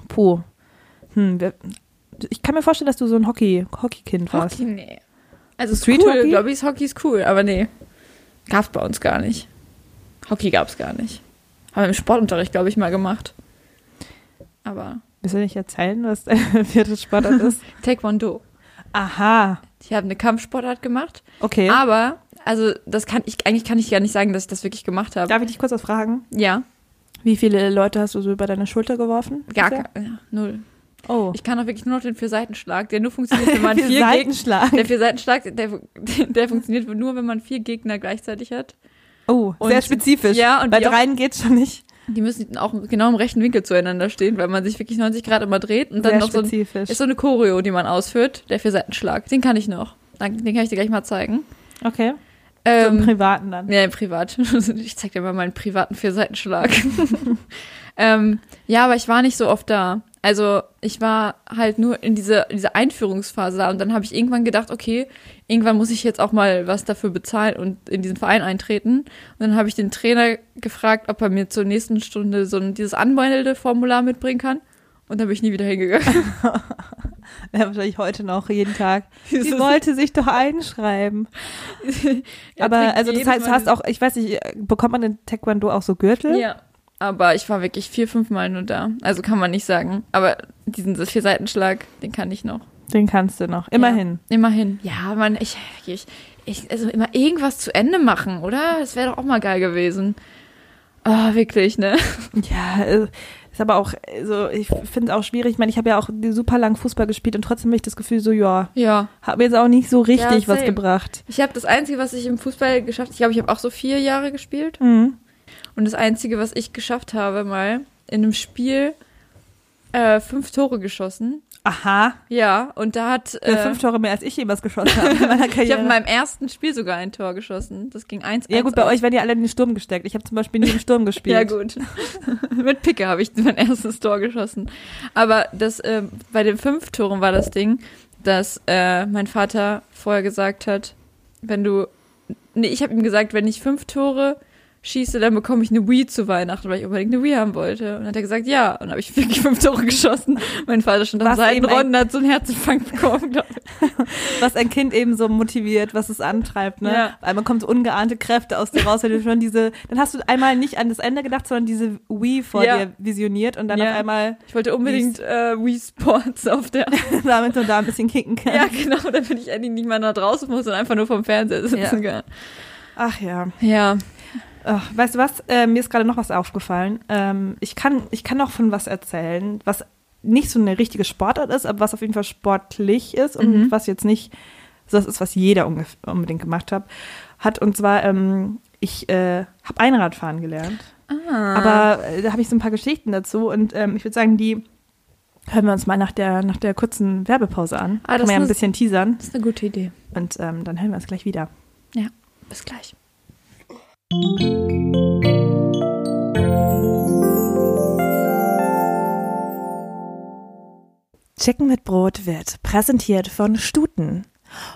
Puh. Hm, wer- ich kann mir vorstellen, dass du so ein Hockey, Hockeykind warst. Hockey, nee. Also Street Street cool, Hockey? glaube ich, ist Hockey ist cool, aber nee. Gab's bei uns gar nicht. Hockey gab's gar nicht. Haben wir im Sportunterricht, glaube ich, mal gemacht. Aber Willst du nicht erzählen, was deine [laughs] vierte Sportart ist? Taekwondo. Aha. Ich habe eine Kampfsportart gemacht, Okay. aber also das kann ich eigentlich kann ich gar nicht sagen, dass ich das wirklich gemacht habe. Darf ich dich kurz was fragen? Ja, Wie viele Leute hast du so über deine Schulter geworfen? gar bisher? kein- ja, null. Oh. Ich kann auch wirklich nur noch den Vierseitenschlag, der nur [laughs] funktioniert, [laughs] wenn man Wie vier Gegner Seitenschlag. Der Vierseitenschlag, der, der funktioniert nur, wenn man vier Gegner gleichzeitig hat. Oh, Und- sehr spezifisch. Ja, und Bei die auch- dreien geht's schon nicht. Die müssen auch genau im rechten Winkel zueinander stehen, weil man sich wirklich 90 Grad immer dreht. Und dann sehr noch so, ein, spezifisch. ist so eine Choreo, die man ausführt, der Vierseitenschlag. Den kann ich noch. Dann- Den kann ich dir gleich mal zeigen. okay. so im Ähm, Privaten dann. ja, im Privat. [laughs] Ich zeig dir mal meinen privaten Vierseitenschlag. [laughs] ähm, ja, aber ich war nicht so oft da. Also ich war halt nur in diese, diese Einführungsphase da und dann habe ich irgendwann gedacht, okay, irgendwann muss ich jetzt auch mal was dafür bezahlen und in diesen Verein eintreten. Und dann habe ich den Trainer gefragt, ob er mir zur nächsten Stunde so ein, dieses Anmeldeformular mitbringen kann. Und dann bin ich nie wieder hingegangen. [laughs] Ja, wahrscheinlich heute noch, jeden Tag. Das Sie [laughs] ist- wollte sich doch einschreiben. [laughs] Er Aber trägt also das jedes heißt, du Mal hast auch, ich weiß nicht, bekommt man in Taekwondo auch so Gürtel? Ja. Aber ich war wirklich vier, fünf Mal nur da. Also kann man nicht sagen. Aber diesen Vierseitenschlag, den kann ich noch. Den kannst du noch. Immerhin. Ja, immerhin. Ja, Mann, ich, ich, ich, also immer irgendwas zu Ende machen, oder? Das wäre doch auch mal geil gewesen. Ah, wirklich, ne? Ja, äh, ist aber auch, also ich finde es auch schwierig. Ich meine, ich habe ja auch super lang Fußball gespielt und trotzdem habe ich das Gefühl, so, [laughs] ja, Ja. habe jetzt auch nicht so richtig Ja, was same. gebracht. Ich habe das Einzige, was ich im Fußball geschafft ich glaube, ich habe auch so vier Jahre gespielt. Mhm. Und das Einzige, was ich geschafft habe, mal in einem Spiel äh, fünf Tore geschossen. Aha, Ja, und da hat. äh, äh, fünf Tore mehr als ich jemals geschossen habe in meiner [laughs] Ich habe Karriere. in meinem ersten Spiel sogar ein Tor geschossen. Das ging 1 ja gut, bei euch werden ja alle in den Sturm gesteckt. Ich habe zum Beispiel nie im Sturm gespielt. [laughs] Ja gut. [laughs] Mit Picke habe ich mein erstes Tor geschossen. Aber das äh, bei den fünf Toren war das Ding, dass äh, mein Vater vorher gesagt hat, wenn du nee, ich habe ihm gesagt, wenn ich fünf Tore schieße, dann bekomme ich eine Wii zu Weihnachten, weil ich unbedingt eine Wii haben wollte. Und dann hat er gesagt, ja. Und dann habe ich [laughs] wirklich fünf Tore geschossen. Mein Vater stand am Was eben Seitenrund und hat so einen Herzinfarkt bekommen, glaub ich. Was ein Kind eben so motiviert, was es antreibt, ne? Ja. Auf einmal kommen so ungeahnte Kräfte aus dir raus, wenn du schon diese, dann hast du einmal nicht an das Ende gedacht, sondern diese Wii vor Ja. dir visioniert und dann Ja. auf einmal [laughs] Ich wollte unbedingt äh, Wii Sports auf der damit so da ein bisschen kicken kann. Ja, genau, damit ich endlich nicht mal nach draußen muss und einfach nur vom Fernseher sitzen Ach ja. kann. Ja. Ach, weißt du was? Äh, mir ist gerade noch was aufgefallen. Ähm, ich, kann, ich kann noch von was erzählen, was nicht so eine richtige Sportart ist, aber was auf jeden Fall sportlich ist und Mhm. was jetzt nicht so das ist, was jeder ungef- unbedingt gemacht hat. hat und zwar, ähm, ich äh, habe Einradfahren gelernt. Ah, Aber äh, da habe ich so ein paar Geschichten dazu und ähm, ich würde sagen, die hören wir uns mal nach der, nach der kurzen Werbepause an. Ah, Kann das man ja ein ist- bisschen teasern Das ist eine gute Idee. und ähm, dann hören wir uns gleich wieder. Ja. Bis gleich. Chicken mit Brot wird präsentiert von Stuten.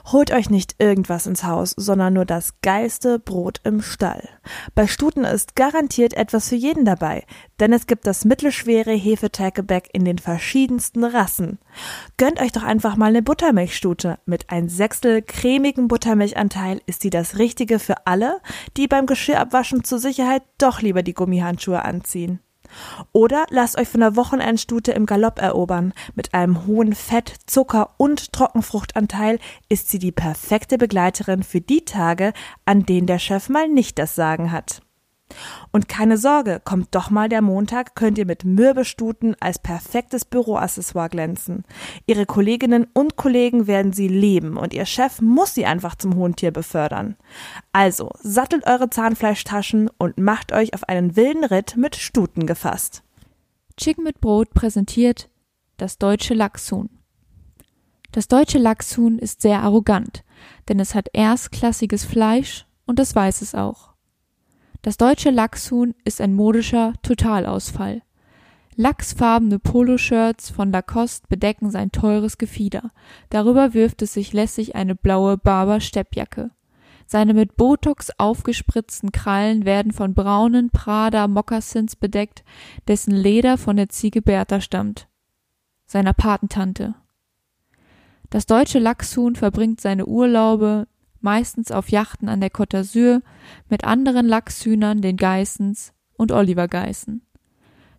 Holt euch nicht irgendwas ins Haus, sondern nur das geilste Brot im Stall. Bei Stuten ist garantiert etwas für jeden dabei, denn es gibt das mittelschwere Hefeteiggebäck in den verschiedensten Rassen. Gönnt euch doch einfach mal eine Buttermilchstute. Mit ein Sechstel cremigem Buttermilchanteil ist sie das Richtige für alle, die beim Geschirrabwaschen zur Sicherheit doch lieber die Gummihandschuhe anziehen. Oder lasst euch von der Wochenendstute im Galopp erobern. Mit einem hohen Fett-, Zucker- und Trockenfruchtanteil ist sie die perfekte Begleiterin für die Tage, an denen der Chef mal nicht das Sagen hat. Und keine Sorge, kommt doch mal der Montag, könnt ihr mit Mürbestuten als perfektes Büroaccessoire glänzen. Ihre Kolleginnen und Kollegen werden sie lieben und ihr Chef muss sie einfach zum hohen Tier befördern. Also, sattelt eure Zahnfleischtaschen und macht euch auf einen wilden Ritt mit Stuten gefasst. Chicken mit Brot präsentiert das deutsche Lachshuhn. Das deutsche Lachshuhn ist sehr arrogant, denn es hat erstklassiges Fleisch und das weiß es auch. Das deutsche Lachshuhn ist ein modischer Totalausfall. Lachsfarbene Poloshirts von Lacoste bedecken sein teures Gefieder. Darüber wirft es sich lässig eine blaue Barber-Steppjacke. Seine mit Botox aufgespritzten Krallen werden von braunen Prada-Mokassins bedeckt, dessen Leder von der Ziege Bertha stammt, seiner Patentante. Das deutsche Lachshuhn verbringt seine Urlaube meistens auf Yachten an der Côte d'Azur mit anderen Lachshühnern, den Geissens und Oliver Geissen.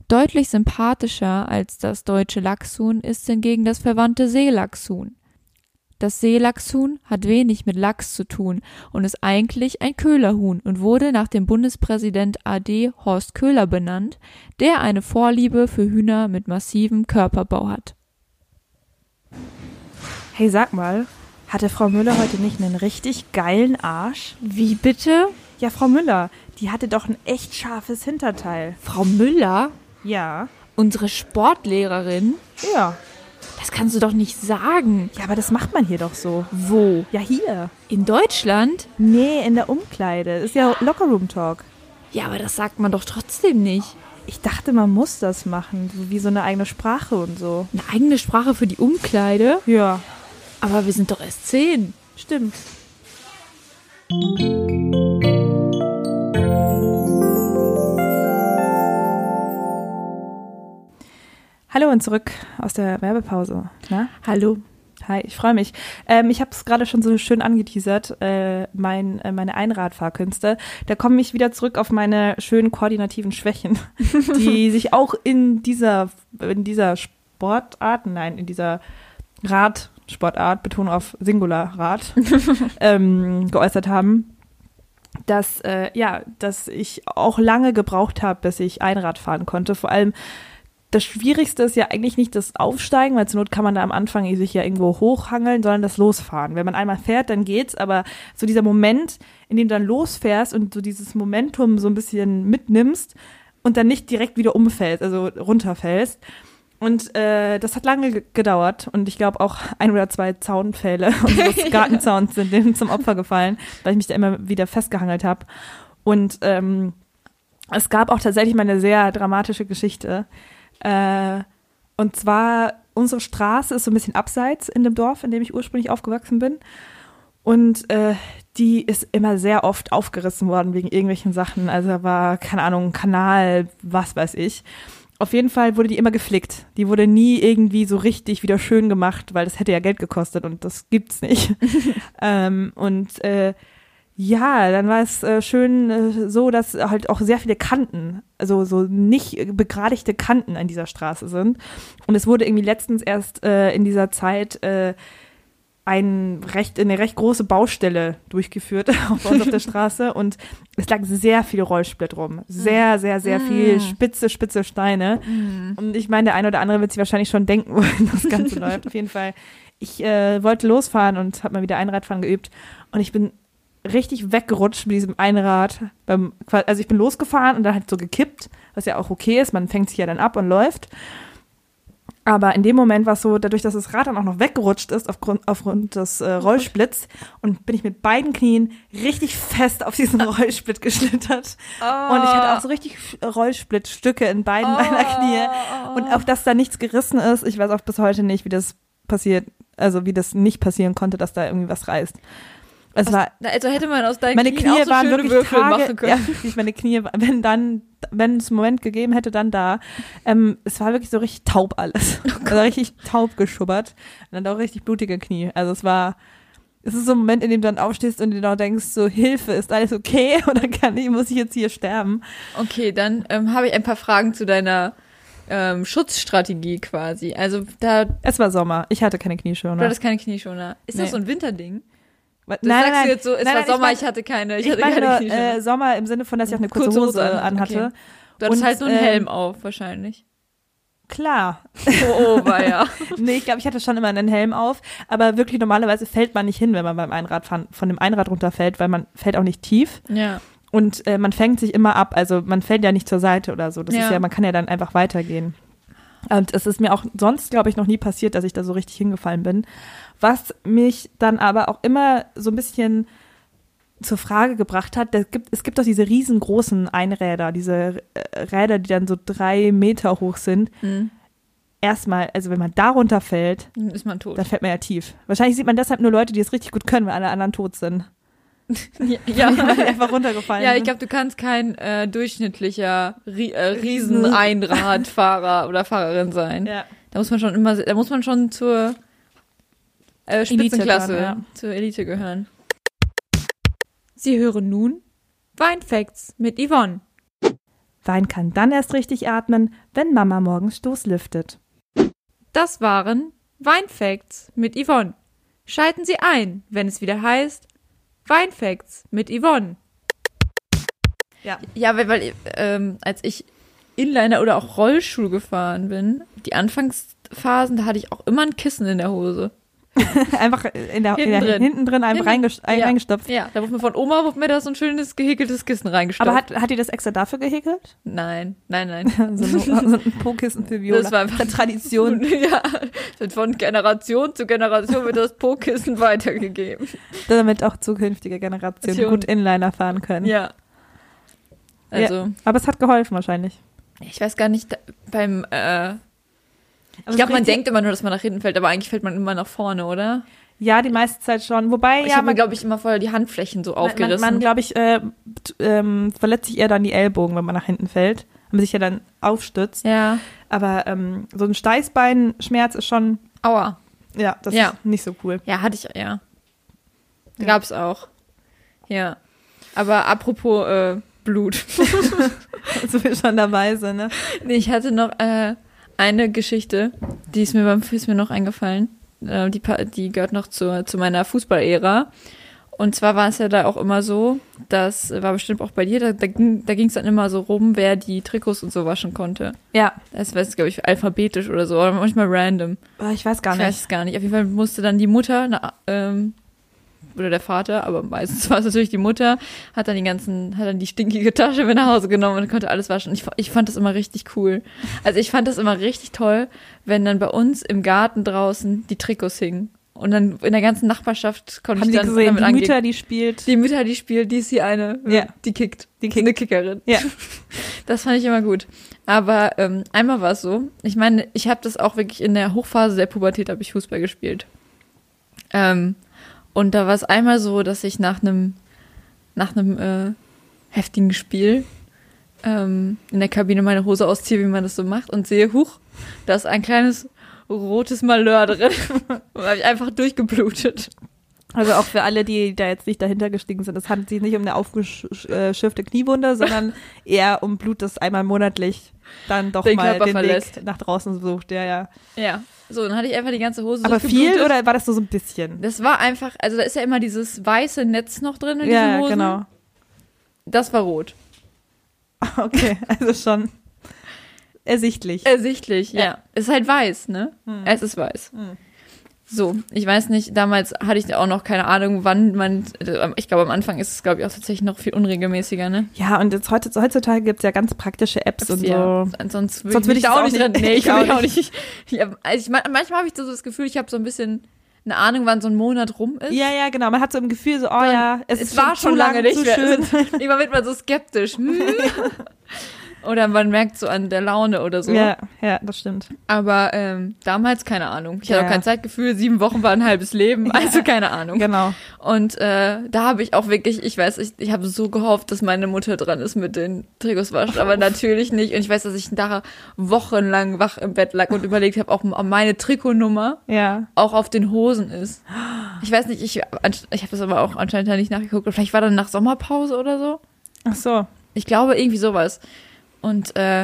Deutlich sympathischer als das deutsche Lachshuhn ist hingegen das verwandte Seelachshuhn. Das Seelachshuhn hat wenig mit Lachs zu tun und ist eigentlich ein Köhlerhuhn und wurde nach dem Bundespräsident AD Horst Köhler benannt, der eine Vorliebe für Hühner mit massivem Körperbau hat. Hey, sag mal, Hatte Frau Müller heute nicht einen richtig geilen Arsch? wie bitte? Ja, Frau Müller, die hatte doch ein echt scharfes Hinterteil. Frau Müller, Ja. unsere Sportlehrerin, Ja. das kannst du doch nicht sagen. Ja, aber das macht man hier doch so. Wo? Ja, hier. In Deutschland? Nee, in der Umkleide. Ist ja Lockerroom-Talk. Ja, aber das sagt man doch trotzdem nicht. Ich dachte, man muss das machen, so wie so eine eigene Sprache und so. Eine eigene Sprache für die Umkleide? Ja, Aber wir sind doch erst zehn. stimmt. Hallo und zurück aus der Werbepause. Na? Hallo. Hi, ich freue mich. Ähm, ich habe es gerade schon so schön angeteasert, äh, mein, äh, meine Einradfahrkünste. Da komme ich wieder zurück auf meine schönen koordinativen Schwächen, die sich auch in dieser, in dieser Sportart, nein, in dieser Radsportart, Betonung auf Singular Rad, ähm, geäußert haben. Dass, äh, ja, dass ich auch lange gebraucht habe, bis ich Einrad fahren konnte. Vor allem das Schwierigste ist ja eigentlich nicht das Aufsteigen, weil zur Not kann man da am Anfang sich ja irgendwo hochhangeln, sondern das Losfahren. Wenn man einmal fährt, dann geht's, aber so dieser Moment, in dem du dann losfährst und so dieses Momentum so ein bisschen mitnimmst und dann nicht direkt wieder umfällst, also runterfällst. Und äh, das hat lange ge- gedauert und ich glaube auch ein oder zwei [laughs] Zaunpfähle unseres Gartenzauns sind dem zum Opfer gefallen, weil ich mich da immer wieder festgehangelt habe. Und ähm, es gab auch tatsächlich mal eine sehr dramatische Geschichte. Äh, und zwar, unsere Straße ist so ein bisschen abseits in dem Dorf, in dem ich ursprünglich aufgewachsen bin. Und äh, die ist immer sehr oft aufgerissen worden wegen irgendwelchen Sachen. Also da war, keine Ahnung, ein Kanal, was weiß ich. Auf jeden Fall wurde die immer geflickt. Die wurde nie irgendwie so richtig wieder schön gemacht, weil das hätte ja Geld gekostet und das gibt's nicht. ähm, und äh, ja, dann war es äh, schön äh, so, dass halt auch sehr viele Kanten, also so nicht äh, begradigte Kanten an dieser Straße sind. Und es wurde irgendwie letztens erst äh, in dieser Zeit äh, ein recht, eine recht große Baustelle durchgeführt [laughs] auf, uns auf der Straße und es lag sehr viel Rollsplitt rum. Sehr, sehr, sehr viel spitze, spitze Steine. Und ich meine, der eine oder andere wird sich wahrscheinlich schon denken, [laughs] wohin das Ganze läuft. Auf jeden Fall. Ich äh, wollte losfahren und habe mal wieder Einradfahren geübt und ich bin richtig weggerutscht mit diesem Einrad. Beim, also ich bin losgefahren und dann halt so gekippt, was ja auch okay ist. Man fängt sich ja dann ab und läuft. Aber in dem Moment war es so, dadurch, dass das Rad dann auch noch weggerutscht ist aufgrund, aufgrund des äh, Rollsplits und bin ich mit beiden Knien richtig fest auf diesen Rollsplit geschlittert. Und ich hatte auch so richtig äh, Rollsplittstücke in beiden meiner Knie. Und auch, dass da nichts gerissen ist, ich weiß auch bis heute nicht, wie das passiert, also wie das nicht passieren konnte, dass da irgendwie was reißt. Es war Also hätte man aus deinen meine Knien Knie auch so waren schöne wirklich Würfel Tage, machen können. Ja, wirklich, meine Knie, waren- wenn dann, wenn es einen Moment gegeben hätte, dann da. Ähm, es war wirklich so richtig taub alles. Oh also richtig taub geschubbert. Und dann auch richtig blutige Knie. Also es war, es ist so ein Moment, in dem du dann aufstehst und dir noch denkst, so Hilfe, ist alles okay? [laughs] Oder kann ich, muss ich jetzt hier sterben? Okay, dann ähm, habe ich ein paar Fragen zu deiner ähm, Schutzstrategie quasi. Also da, du Es war Sommer. Ich hatte keine Knieschoner. hattest keine Knieschoner. Ist Nee. das so ein Winterding? Was- Das sagst du jetzt so, es nein, war nein, Sommer, mein- ich, hatte keine, ich ich hatte meine keine nur, Knieschoner. äh, Sommer im Sinne von, dass ich auch eine kurze, Hose, anhatte. Okay. Du hattest Und, halt nur einen ähm, Helm auf, wahrscheinlich. Klar, Oh, oh, [laughs] war ja. Nee, ich glaube, ich hatte schon immer einen Helm auf. Aber wirklich, normalerweise fällt man nicht hin, wenn man beim Einradfahren von dem Einrad runterfällt, weil man fällt auch nicht tief. ja. Und äh, man fängt sich immer ab. Also man fällt ja nicht zur Seite oder so. Das Ja. ist ja, man kann ja dann einfach weitergehen. Und es ist mir auch sonst, glaube ich, noch nie passiert, dass ich da so richtig hingefallen bin. Was mich dann aber auch immer so ein bisschen zur Frage gebracht hat, es gibt, es gibt doch diese riesengroßen Einräder, diese äh, Räder, die dann so drei Meter hoch sind. Hm. Erstmal, also wenn man darunter fällt, Dann ist man tot. dann fällt man ja tief. Wahrscheinlich sieht man deshalb nur Leute, die es richtig gut können, weil alle anderen [laughs] tot sind. [laughs] [laughs] ja. Weil die einfach runtergefallen Ja, ich sind. glaube, du kannst kein äh, durchschnittlicher Rie äh, Rieseneinradfahrer oder Fahrerin sein. Ja. Da muss man schon immer, da muss man schon zur äh, Spitzenklasse, gehören, zur Elite gehören. Sie hören nun Weinfacts mit Yvonne. Wein kann dann erst richtig atmen, wenn Mama morgens Stoß lüftet. Das waren Weinfacts mit Yvonne. Schalten Sie ein, wenn es wieder heißt Weinfacts mit Yvonne. Ja, weil, weil ähm, als ich Inliner oder auch Rollschuh gefahren bin, die Anfangsphasen, da hatte ich auch immer ein Kissen in der Hose. [laughs] Einfach in der, Hinten hinten, in der, drin. drin. hinten drin einem Hinten- reingest- ein- ja. reingestopft. Ja, da wurde mir von Oma wurde mir da so ein schönes gehäkeltes Kissen reingestopft. Aber hat, hat die das extra dafür [laughs] gehäkelt? nein, nein, nein. so, ein, so ein Pokissen für [laughs] Viola. Das war einfach- [laughs] Tradition. ja, wird von Generation zu Generation wird das Po-Kissen weitergegeben. Damit auch zukünftige Generationen Tja. gut Inliner fahren können. Ja. Also, Aber es hat geholfen wahrscheinlich. ich weiß gar nicht, da- beim, äh, ich Also glaube, man richtig- denkt immer nur, dass man nach hinten fällt, aber eigentlich fällt man immer nach vorne, oder? Ja, die meiste Zeit schon. Wobei, ich ja, habe mir, man, glaube ich, immer vorher die Handflächen so aufgerissen. Man, man glaube ich, äh, t- ähm, verletzt sich eher dann die Ellbogen, wenn man nach hinten fällt. Wenn man sich ja dann aufstützt. ja. Aber ähm, so ein Steißbeinschmerz ist schon, Aua. ja, das Ja. ist nicht so cool. [laughs] Ja, hatte ich, ja. Gab's auch. Ja. Aber apropos äh, Blut. so wir schon dabei sind, ne? Nee, ich hatte noch äh, eine Geschichte, die ist mir beim ist mir noch eingefallen. Äh, die, pa- die gehört noch zur, zu meiner Fußballära. Und zwar war es ja da auch immer so, das war bestimmt auch bei dir, da, da ging es dann immer so rum, wer die Trikots und so waschen konnte. Ja. Das weiß ich, glaube ich, alphabetisch oder so, oder manchmal random. Aber ich weiß gar ich weiß nicht. es gar nicht. Auf jeden Fall musste dann die Mutter, na, ähm, oder der Vater, aber meistens [laughs] war es natürlich die Mutter, hat dann die ganzen, hat dann die stinkige Tasche mit nach Hause genommen und konnte alles waschen. Und ich, fa- ich fand das immer richtig cool. Also ich fand das immer richtig toll, wenn dann bei uns im Garten draußen die Trikots hingen. Und dann in der ganzen Nachbarschaft konnte Haben ich die dann gesehen, damit die angehen. Mütter, die spielt. Die Mütter, die spielt, die ist die eine. Ja. Die kickt. Die Ist Eine Kickerin. Ja. Das fand ich immer gut. Aber ähm, einmal war es so, ich meine, ich habe das auch wirklich in der Hochphase der Pubertät habe ich Fußball gespielt. Ähm, und da war es einmal so, dass ich nach einem nach einem äh, heftigen Spiel ähm, in der Kabine meine Hose ausziehe, wie man das so macht, und sehe, huch, da ist ein kleines rotes Malheur drin. [laughs] und habe ich einfach durchgeblutet. Also auch für alle, die da jetzt nicht dahinter gestiegen sind. Es handelt sich nicht um eine aufgeschürfte [laughs] Kniewunde, sondern eher um Blut, das einmal monatlich dann doch Den mal Körper den verlässt. Weg nach draußen sucht. Ja, ja. Ja. So, dann hatte ich einfach die ganze Hose Aber viel durchgeblutet. oder war das nur so ein bisschen? Das war einfach, also da ist ja immer dieses weiße Netz noch drin in diesen Ja, Hosen. genau. Das war rot. [laughs] Okay, also schon ersichtlich. Äh, Hm. Ersichtlich, ja. Ist halt weiß, ne? Es ist weiß. So, ich weiß nicht, damals hatte ich auch noch keine Ahnung, wann man, äh, ich glaube, am Anfang ist es, glaube ich, auch tatsächlich noch viel unregelmäßiger, ne? Ja, und jetzt heute, heutzutage gibt es ja ganz praktische Apps und Ja, so. Sonst würde ich, Sonst würd mich ich da es auch auch nicht drin. nicht. Nee, [laughs] ich Ich auch will auch nicht. Ich hab, also ich, ma- manchmal habe ich so das Gefühl, ich habe so ein bisschen eine Ahnung, wann so ein Monat rum ist. Ja, ja, genau. Man hat so im Gefühl so, oh ja, es, es ist war schon zu lange lang, nicht zu mehr. [laughs] schön. Immer wird man so [laughs] skeptisch. Hm? Oder man merkt so an der Laune oder so. Ja, ja, das stimmt. Aber ähm, damals keine Ahnung. Ich hatte Ja. auch kein Zeitgefühl. Sieben Wochen war ein halbes Leben. Also keine Ahnung. Genau. Und äh, da habe ich auch wirklich, ich weiß, ich, ich habe so gehofft, dass meine Mutter dran ist mit den Trikots waschen, aber natürlich nicht. Und ich weiß, dass ich da wochenlang wach im Bett lag und überlegt habe, ob meine Trikotnummer Ja. auch auf den Hosen ist. Ich weiß nicht, ich, ansch- ich habe das aber auch anscheinend da nicht nachgeguckt. Vielleicht war dann nach Sommerpause oder so. Ach so. Ich glaube, irgendwie sowas. Und äh,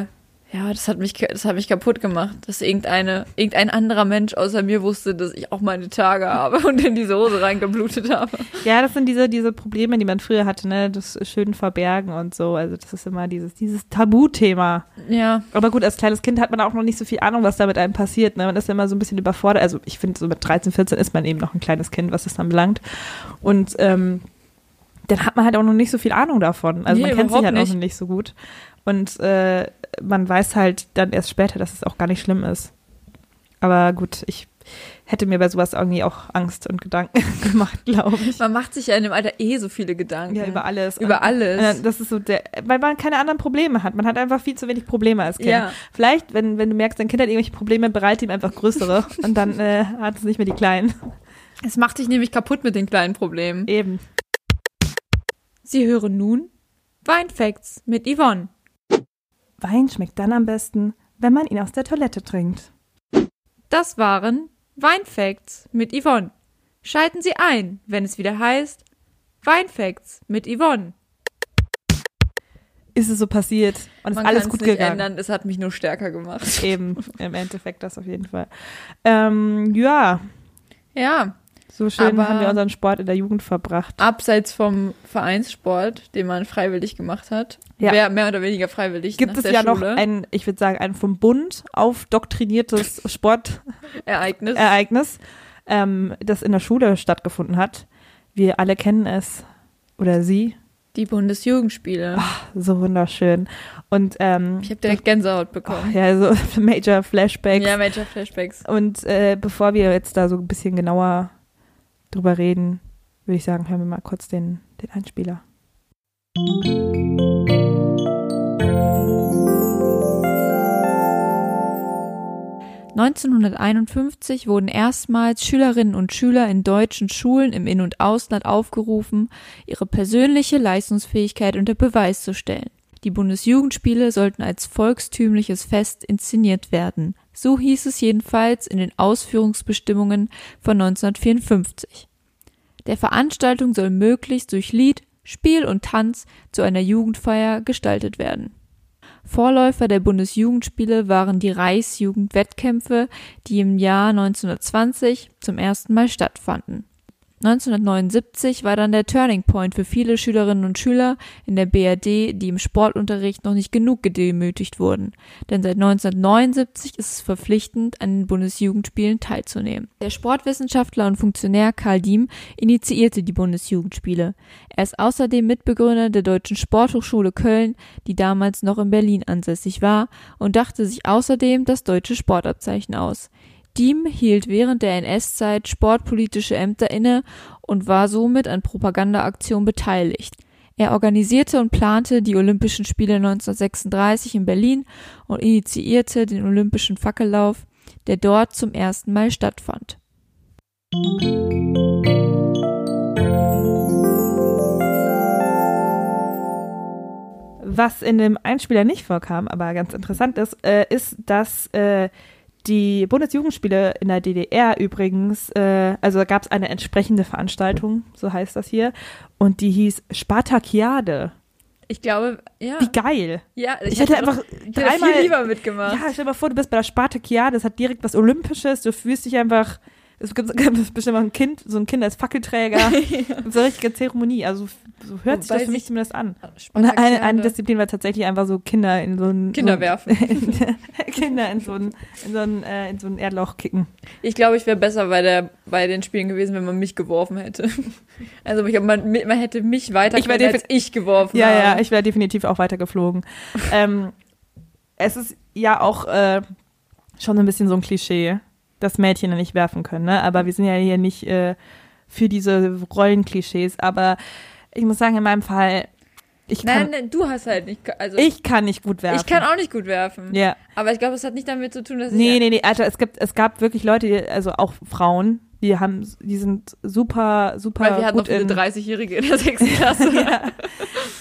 ja, das hat mich, ka- das hat mich kaputt gemacht, dass irgendeine, irgendein anderer Mensch außer mir wusste, dass ich auch meine Tage habe [laughs] und in diese Hose reingeblutet habe. Ja, das sind diese, diese Probleme, die man früher hatte, ne? Das schön verbergen und so. Also das ist immer dieses, dieses Tabuthema. Ja. Aber gut, als kleines Kind hat man auch noch nicht so viel Ahnung, was da mit einem passiert. Ne? Man ist ja immer so ein bisschen überfordert. Also ich finde, so mit 13, 14 ist man eben noch ein kleines Kind, was das dann belangt. Und ähm, dann hat man halt auch noch nicht so viel Ahnung davon. Also Nee, man kennt sich überhaupt halt auch nicht. noch nicht so gut. Und äh, man weiß halt dann erst später, dass es auch gar nicht schlimm ist. Aber gut, ich hätte mir bei sowas irgendwie auch Angst und Gedanken [laughs] gemacht, glaube ich. Man macht sich ja in dem Alter eh so viele Gedanken. Ja, über alles. Über alles. Ja, Das ist so der, weil man keine anderen Probleme hat. Man hat einfach viel zu wenig Probleme als Kind. Ja. Vielleicht, wenn, wenn du merkst, dein Kind hat irgendwelche Probleme, bereite ihm einfach größere und dann äh, hat es nicht mehr die kleinen. Es macht dich nämlich kaputt mit den kleinen Problemen. Eben. Sie hören nun Weinfacts mit Yvonne. Wein schmeckt dann am besten, wenn man ihn aus der Toilette trinkt. Das waren Weinfacts mit Yvonne. Schalten Sie ein, wenn es wieder heißt Weinfacts mit Yvonne. Ist es so passiert und ist Man alles kann's gut nicht gegangen. ändern, es hat mich nur stärker gemacht. Eben, im Endeffekt das auf jeden Fall. Ähm, ja, Ja, so schön Aber- haben wir unseren Sport in der Jugend verbracht. abseits vom Vereinssport, den man freiwillig gemacht hat, Ja. mehr, mehr oder weniger freiwillig Gibt nach es der ja noch Schule, ein, ich würde sagen, ein vom Bund auf doktriniertes Sport. Ereignis. Ereignis, ähm, das in der Schule stattgefunden hat. Wir alle kennen es. Oder sie. die Bundesjugendspiele. Ah, So wunderschön. Und ähm, ich habe direkt Gänsehaut bekommen. [laughs] ja, so [laughs] Major Flashbacks. ja, Major Flashbacks. Und äh, bevor wir jetzt da so ein bisschen genauer drüber reden, würde ich sagen, hören wir mal kurz den, den Einspieler. wurden erstmals Schülerinnen und Schüler in deutschen Schulen im In- und Ausland aufgerufen, ihre persönliche Leistungsfähigkeit unter Beweis zu stellen. Die Bundesjugendspiele sollten als volkstümliches Fest inszeniert werden. So hieß es jedenfalls in den Ausführungsbestimmungen von 1954. Der Veranstaltung soll möglichst durch Lied, Spiel und Tanz zu einer Jugendfeier gestaltet werden. Vorläufer der Bundesjugendspiele waren die Reichsjugendwettkämpfe, die im Jahr 1920 zum ersten Mal stattfanden. 1979 war dann der Turning Point für viele Schülerinnen und Schüler in der BRD, die im Sportunterricht noch nicht genug gedemütigt wurden. Denn seit 1979 ist es verpflichtend, an den Bundesjugendspielen teilzunehmen. Der Sportwissenschaftler und Funktionär Karl Diem initiierte die Bundesjugendspiele. Er ist außerdem Mitbegründer der Deutschen Sporthochschule Köln, die damals noch in Berlin ansässig war, und dachte sich außerdem das deutsche Sportabzeichen aus. Diem hielt während der NS-Zeit sportpolitische Ämter inne und war somit an Propagandaaktionen beteiligt. Er organisierte und plante die Olympischen Spiele 1936 in Berlin und initiierte den Olympischen Fackellauf, der dort zum ersten Mal stattfand. Was in dem Einspieler nicht vorkam, aber ganz interessant ist, äh, ist, dass äh, die Bundesjugendspiele in der DDR übrigens, äh, also gab es eine entsprechende Veranstaltung, so heißt das hier, und die hieß Spartakiade. Ich glaube, ja. Wie geil! ja Ich, hätte noch- einfach ich hätte dreimal. viel lieber mitgemacht. ja, stell dir mal vor, du bist bei der Spartakiade, das hat direkt was Olympisches, du fühlst dich einfach es [laughs] gibt, gibt bestimmt mal ein Kind, so ein Kind als [laughs] Fackelträger. So eine richtige Zeremonie. Also so hört sich Wobei das für mich sich- zumindest an. Und eine, eine Spektakuläre Disziplin war tatsächlich einfach so Kinder in so ein ne? Kinder werfen. [laughs] Kinder in so ein, in so ein, äh, in so ein Erdloch kicken. Ich glaube, ich wäre besser bei, der, bei den Spielen gewesen, wenn man mich geworfen hätte. [laughs] Also ich, glaub, man, man hätte mich weiter Ich wär können, als ich geworfen Ja, habe. ja, ich wäre definitiv [laughs] auch weitergeflogen. ähm, es ist ja auch äh, schon so ein bisschen so ein Klischee, dass Mädchen nicht werfen können, ne? aber wir sind ja hier nicht äh, für diese Rollenklischees, aber ich muss sagen, in meinem Fall, ich kann, nein, nein, du hast halt nicht. ge- Also ich kann nicht gut werfen. ich kann auch nicht Also gut werfen. Ja. Aber ich glaube, es hat nicht damit zu tun, dass Nee, ich. nee, nee, Alter, es, gibt, es gab wirklich Leute, die, also auch Frauen, die haben, die sind super, super Weil wir halt hatten noch gut ähm, viele in, 30-Jährige in der [laughs] 6. Klasse.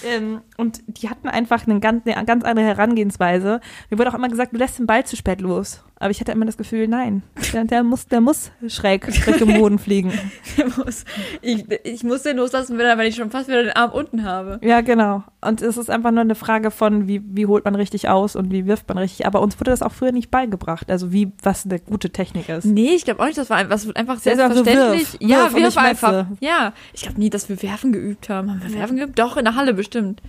ähm, und die hatten einfach eine ganz, eine ganz andere Herangehensweise. Mir wurde auch immer gesagt, du lässt den Ball zu spät los. Aber ich hatte immer das Gefühl, nein, der, der muss, der muss [laughs] schräg Richtung Boden fliegen. Ich muss- ich, ich muss den loslassen, wenn er- wenn ich schon fast wieder den Arm unten habe. Ja, genau. Und es ist einfach nur eine Frage von, wie, wie holt man richtig aus und wie wirft man richtig. Aber uns wurde das auch früher nicht beigebracht. Also wie, was eine gute Technik ist. Nee, ich glaube auch nicht, das war einfach, das wird einfach ist einfach so, selbstverständlich. wirf, ja, wirf und wirf nicht Metze. einfach. Ja, ich glaube nie, dass wir Werfen geübt haben. Haben wir Werfen geübt? Doch, in der Halle bestimmt.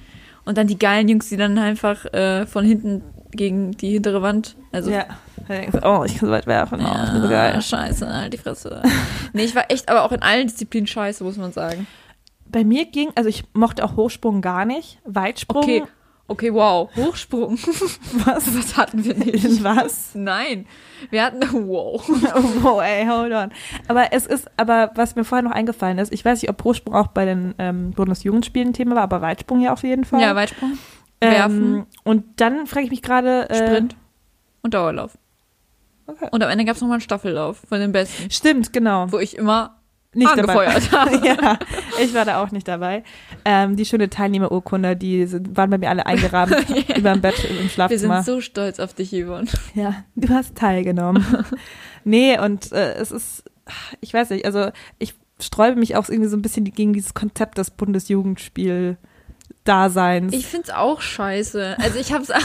Und dann die geilen Jungs, die dann einfach äh, von hinten gegen die hintere Wand. Also, Ja. Da denkst du, Oh, ich kann so weit werfen. Oh, ich bin so geil. Ah, scheiße, halt die Fresse. [laughs] nee, ich war echt aber auch in allen Disziplinen scheiße, muss man sagen. Bei mir ging, also ich mochte auch Hochsprung gar nicht. Weitsprung. [laughs] Okay, okay, wow. Hochsprung. Was? [laughs] Was hatten wir [laughs] nicht? Was? Nein. Wir hatten, [laughs] wow. [laughs] wow, Oh, ey, hold on. Aber es ist, aber was mir vorher noch eingefallen ist, ich weiß nicht, ob Hochsprung auch bei den ähm, Bundesjugendspielen Thema war, aber Weitsprung ja auf jeden Fall. Ja, Weitsprung, ähm, werfen. Und dann frage ich mich gerade. Äh, Sprint und Dauerlauf. Okay. Und am Ende gab es nochmal einen Staffellauf von den Besten, Stimmt, genau. wo ich immer Nicht angefeuert habe. dabei. [laughs] ja, ich war da auch nicht dabei. Ähm, die schöne Teilnehmerurkunde, die sind, waren bei mir alle [laughs] eingerahmt über dem Bett im Wir Schlafzimmer. sind so stolz auf dich, Yvonne. Ja, du hast [laughs] teilgenommen. nee, und äh, es ist, ich weiß nicht, also ich sträube mich auch irgendwie so ein bisschen gegen dieses Konzept des Bundesjugendspiel-Daseins. Ich find's auch scheiße. Also ich hab's [laughs] ich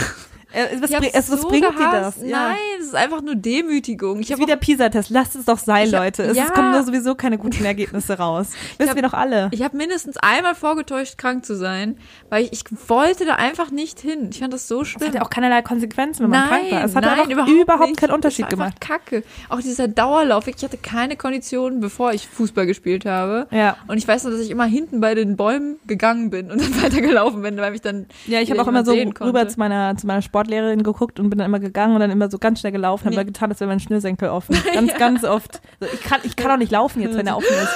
Äh, was, bring, hab's es, was so bringt dir gehasst. das? Ja. Nein, es ist einfach nur Demütigung. Ich Es hab ist wie der PISA-Test. Lasst es doch sein, Ich- Leute. Es ja. kommen nur sowieso keine [laughs] guten Ergebnisse raus. Wissen hab- wir doch alle. Ich habe mindestens einmal vorgetäuscht, krank zu sein, weil ich, ich wollte da einfach nicht hin. Ich fand das so Es schlimm. hatte auch keinerlei Konsequenzen, wenn man krank war. Es hat nein, einfach überhaupt, nicht. keinen Das Unterschied war gemacht. Einfach Kacke. Auch dieser Dauerlauf. Ich hatte keine Kondition, bevor ich Fußball gespielt habe. Ja. Und ich weiß nur, dass ich immer hinten bei den Bäumen gegangen bin und [laughs] dann weitergelaufen bin, weil mich dann Ja, ich habe jeder auch immer so jemand sehen rüber konnte. zu meiner, zu meiner Sportlehrerin geguckt und bin dann immer gegangen und dann immer so ganz schnell gelaufen, habe Ja. immer getan, als wäre mein [laughs] Schnürsenkel offen. Ganz, ganz oft. So, ich, kann, ich kann auch nicht laufen jetzt, wenn er offen [laughs] ist.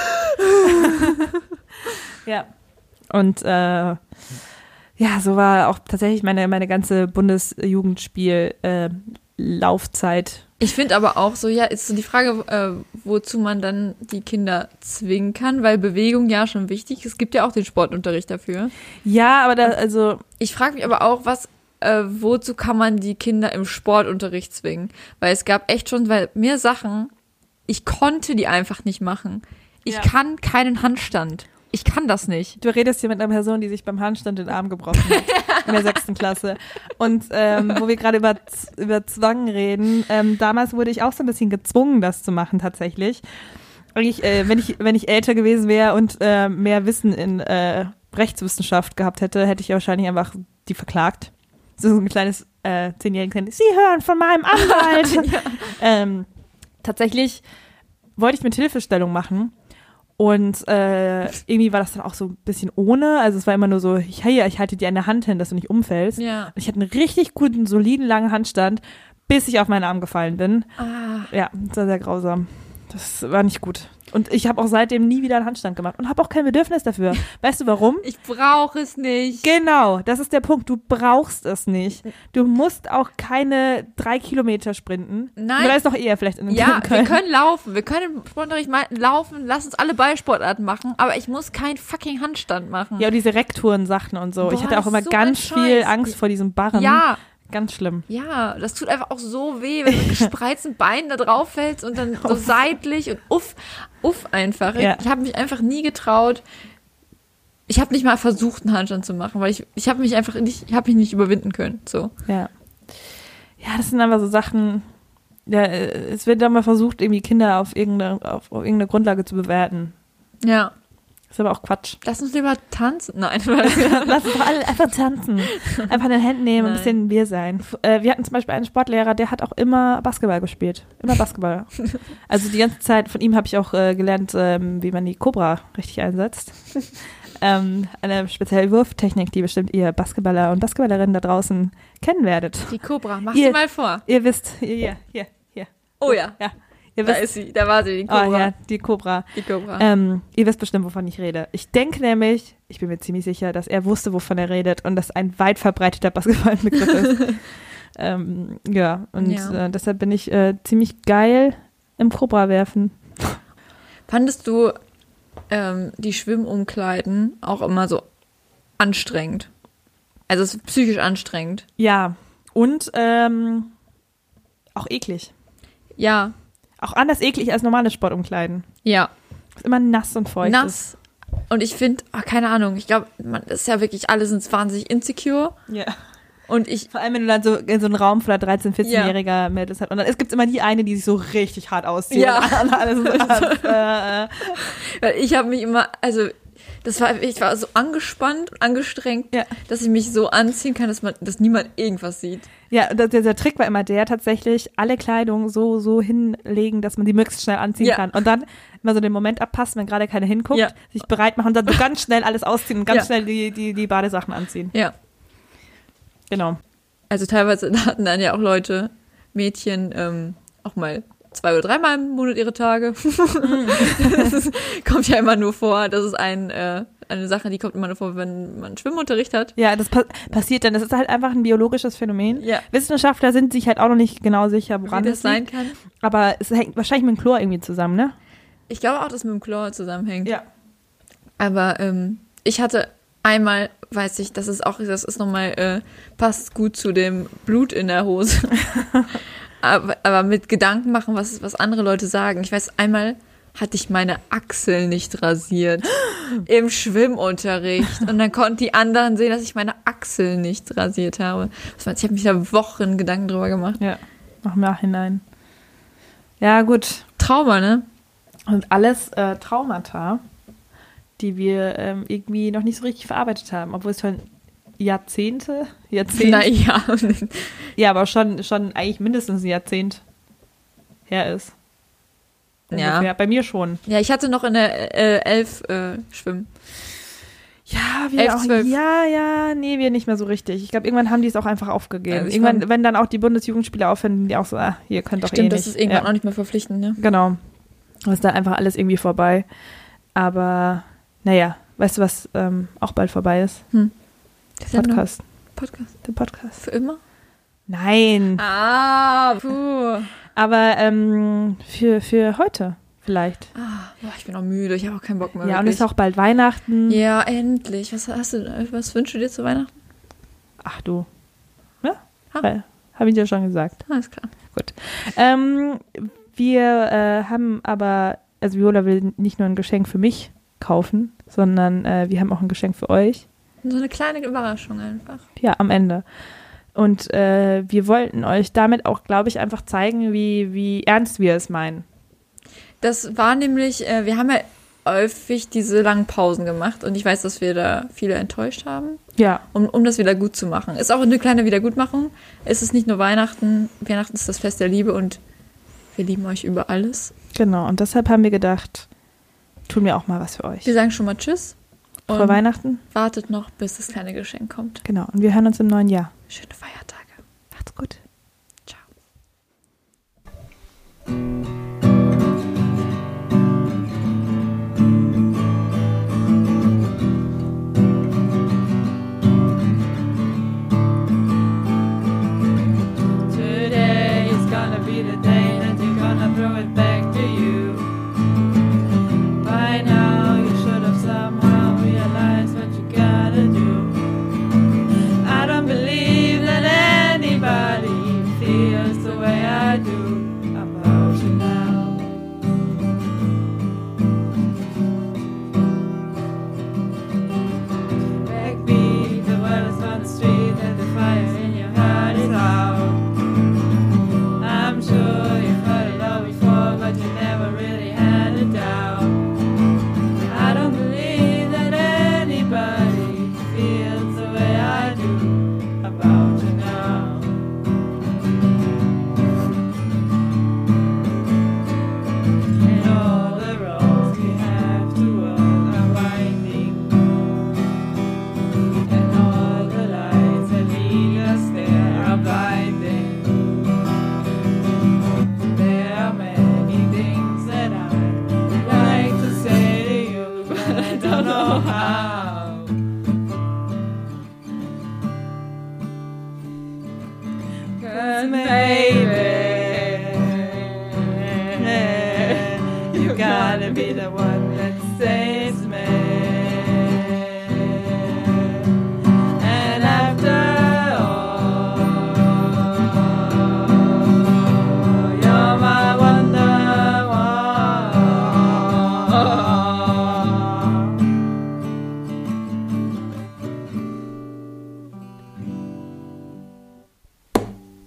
ja. Und äh, ja, so war auch tatsächlich meine, meine ganze äh, Bundesjugendspiel-Laufzeit. Ich finde aber auch so, ja, ist so die Frage, äh, wozu man dann die Kinder zwingen kann, weil Bewegung ja schon wichtig ist. Es gibt ja auch den Sportunterricht dafür. ja, aber da, also, Ich frage mich aber auch, was, äh, wozu kann man die Kinder im Sportunterricht zwingen? Weil es gab echt schon, weil mir Sachen, ich konnte die einfach nicht machen. Ich Ja. kann keinen Handstand. Ich kann das nicht. du redest hier mit einer Person, die sich beim Handstand den Arm gebrochen hat in der sechsten Klasse. Und ähm, wo wir gerade über, Z- über Zwang reden, ähm, damals wurde ich auch so ein bisschen gezwungen, das zu machen tatsächlich. Ich, äh, wenn, ich, wenn ich älter gewesen wäre und äh, mehr Wissen in äh, Rechtswissenschaft gehabt hätte, hätte ich wahrscheinlich einfach die verklagt. So ein kleines äh, zehnjähriges Kind. Sie hören von meinem Anwalt. ähm, tatsächlich wollte ich mit Hilfestellung machen. Und äh, irgendwie war das dann auch so ein bisschen ohne. Also es war immer nur so, ich, hey, ich halte dir eine Hand hin, dass du nicht umfällst. Ja. Ich hatte einen richtig guten, soliden, langen Handstand, bis ich auf meinen Arm gefallen bin. Ah. Ja, das war sehr grausam. Das war nicht gut. Und ich habe auch seitdem nie wieder einen Handstand gemacht und habe auch kein [laughs] Bedürfnis dafür. Weißt du warum? Ich brauche es nicht. Genau, das ist der Punkt. Du brauchst es nicht. Du musst auch keine drei Kilometer sprinten. Nein. Oder ist doch eher vielleicht in einem Ja, Köln. wir können laufen. Wir können im Sportunterricht mal laufen. Lass uns alle Ballsportarten machen. Aber ich muss keinen fucking Handstand machen. Ja, und diese Rekturensachen und so. ich Boah, hatte auch das immer ist so ganz ein Scheiß. viel Angst vor diesem Barren. ja, Ganz schlimm. ja, das tut einfach auch so weh, wenn du mit gespreizten Beinen da drauf fällst und dann [laughs] so seitlich und uff, uff einfach. Ja. Ich habe mich einfach nie getraut. Ich habe nicht mal versucht, einen Handstand zu machen, weil ich, ich habe mich einfach nicht, ich habe mich nicht überwinden können. So. Ja. Ja, das sind einfach so Sachen. ja, äh, es wird da mal versucht, irgendwie Kinder auf irgendeine, auf, auf irgendeine Grundlage zu bewerten. Ja. Ist aber auch Quatsch. Lass uns lieber tanzen. Nein, [laughs] [laughs] weil Lass uns doch alle einfach tanzen. Einfach in den Händen nehmen und ein Nein. bisschen Bier sein. F- Äh, wir hatten zum Beispiel einen Sportlehrer, der hat auch immer Basketball gespielt. [laughs] Immer Basketball. Also die ganze Zeit, von ihm habe ich auch äh, gelernt, ähm, wie man die Cobra [laughs] richtig einsetzt. ähm, eine spezielle Wurftechnik, die bestimmt ihr Basketballer und Basketballerinnen da draußen kennen werdet. die Cobra, mach Hier. sie mal vor. Ihr wisst, hier, hier, hier. hier. Oh ja, Ihr da wisst, ist sie, da war sie, die Cobra. oh, ja, die Cobra. Die Cobra. Ähm, ihr wisst bestimmt, wovon ich rede. Ich denke nämlich, ich bin mir ziemlich sicher, dass er wusste, wovon er redet und dass ein weit verbreiteter Basketballbegriff [laughs] ist. ähm, ja, und Ja. Äh, deshalb bin ich äh, ziemlich geil im Cobra werfen. Fandest du ähm, die Schwimmumkleiden auch immer so anstrengend? Also es ist psychisch anstrengend. Ja, und ähm, auch eklig. Ja, Auch anders eklig als normales Sportumkleiden. ja. Ist immer nass und feucht. Ist. Nass. Und ich finde, ah, keine Ahnung, ich glaube, man ist ja wirklich, alle sind wahnsinnig insecure. Ja. Und ich, Vor allem, wenn du dann so in so einen Raum voller 13-, 14-jähriger Mädels hat. Und dann es gibt immer die eine, die sich so richtig hart auszieht. Ja. Und [laughs] alle sind so ganz, äh, äh, weil ich habe mich immer, also das war, ich war so angespannt, angestrengt, Ja. dass ich mich so anziehen kann, dass man, dass niemand irgendwas sieht. Ja, der, der Trick war immer der, tatsächlich alle Kleidung so, so hinlegen, dass man die möglichst schnell anziehen Ja. kann. Und dann immer so den Moment abpassen, wenn gerade keiner hinguckt, Ja. sich bereit machen und dann so ganz schnell alles ausziehen und ganz Ja. schnell die, die, die Badesachen anziehen. Ja. Genau. Also teilweise [laughs] hatten dann ja auch Leute, Mädchen, ähm, auch mal zwei oder dreimal im Monat ihre Tage. [laughs] das ist, kommt ja immer nur vor. Das ist ein, äh, eine Sache, die kommt immer nur vor, wenn man Schwimmunterricht hat. Ja, das pa passiert dann. Das ist halt einfach ein biologisches Phänomen. Ja. Wissenschaftler sind sich halt auch noch nicht genau sicher, Wie woran das das sein liegt. kann. Aber es hängt wahrscheinlich mit dem Chlor irgendwie zusammen, ne? Ich glaube auch, dass mit dem Chlor zusammenhängt. Ja. Aber ähm, ich hatte einmal, weiß ich, das ist auch, das ist nochmal, äh, passt gut zu dem Blut in der Hose. aber, aber mit Gedanken machen, was, was andere Leute sagen. Ich weiß, einmal hatte ich meine Achsel nicht rasiert im Schwimmunterricht. Und dann konnten die anderen sehen, dass ich meine Achsel nicht rasiert habe. Das heißt, ich habe mich da Wochen Gedanken drüber gemacht. Ja. Noch im Nachhinein. Ja, gut. Trauma, ne? Und alles äh, Traumata, die wir ähm, irgendwie noch nicht so richtig verarbeitet haben, obwohl es schon Jahrzehnte, [laughs] Jahrzehnte, Naja, ja, aber schon, schon eigentlich mindestens ein Jahrzehnt her ist. Ja. Bei mir schon. Ja, ich hatte noch in der äh, Elf äh, Schwimmen. Ja, wir Elf, auch. zwölf. Ja, ja, nee, wir nicht mehr so richtig. Ich glaube, irgendwann haben die es auch einfach aufgegeben. Also ich irgendwann, fand- wenn dann auch die Bundesjugendspieler aufhören, die auch so, ah, ihr könnt doch eh Stimmt, nicht. das ist irgendwann ja. auch nicht mehr verpflichtend, ne? Genau. Das ist dann einfach alles irgendwie vorbei. Aber naja, weißt du, was ähm, auch bald vorbei ist? Hm. Der Podcast. Podcast. Der Podcast. Für immer? Nein. Ah, puh. Aber ähm, für, für heute vielleicht. Ah, boah, ich bin auch müde, ich habe auch keinen Bock mehr. Ja, und es wirklich. ist auch bald Weihnachten. Ja, endlich. Was hast du, was wünschst du dir zu Weihnachten? Ach du. Ja? Ha. Habe ich dir schon gesagt. Alles klar. Ähm, wir äh, haben aber, also Viola will nicht nur ein Geschenk für mich kaufen, sondern äh, wir haben auch ein Geschenk für euch. So eine kleine Überraschung einfach. Ja, am Ende. Und äh, wir wollten euch damit auch, glaube ich, einfach zeigen, wie, wie ernst wir es meinen. Das war nämlich, äh, wir haben ja häufig diese langen Pausen gemacht und ich weiß, dass wir da viele enttäuscht haben. Ja. um, um das wieder gut zu machen. Ist auch eine kleine Wiedergutmachung. Es ist nicht nur Weihnachten. Weihnachten ist das Fest der Liebe und wir lieben euch über alles. Genau, und deshalb haben wir gedacht, tun wir auch mal was für euch. Wir sagen schon mal Tschüss und Vor Weihnachten? wartet noch, bis das kleine Geschenk kommt. Genau, und wir hören uns im neuen Jahr. Schöne Feiertage. Macht's gut. Ciao. Today is gonna be the day that they're gonna throw it back to you. By now, you should have somehow realized what you gotta do. I don't believe that And maybe you gotta be the one that saves me. And after all, you're my wonder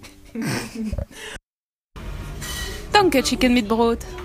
woman. Danke, Chicken mit Brot.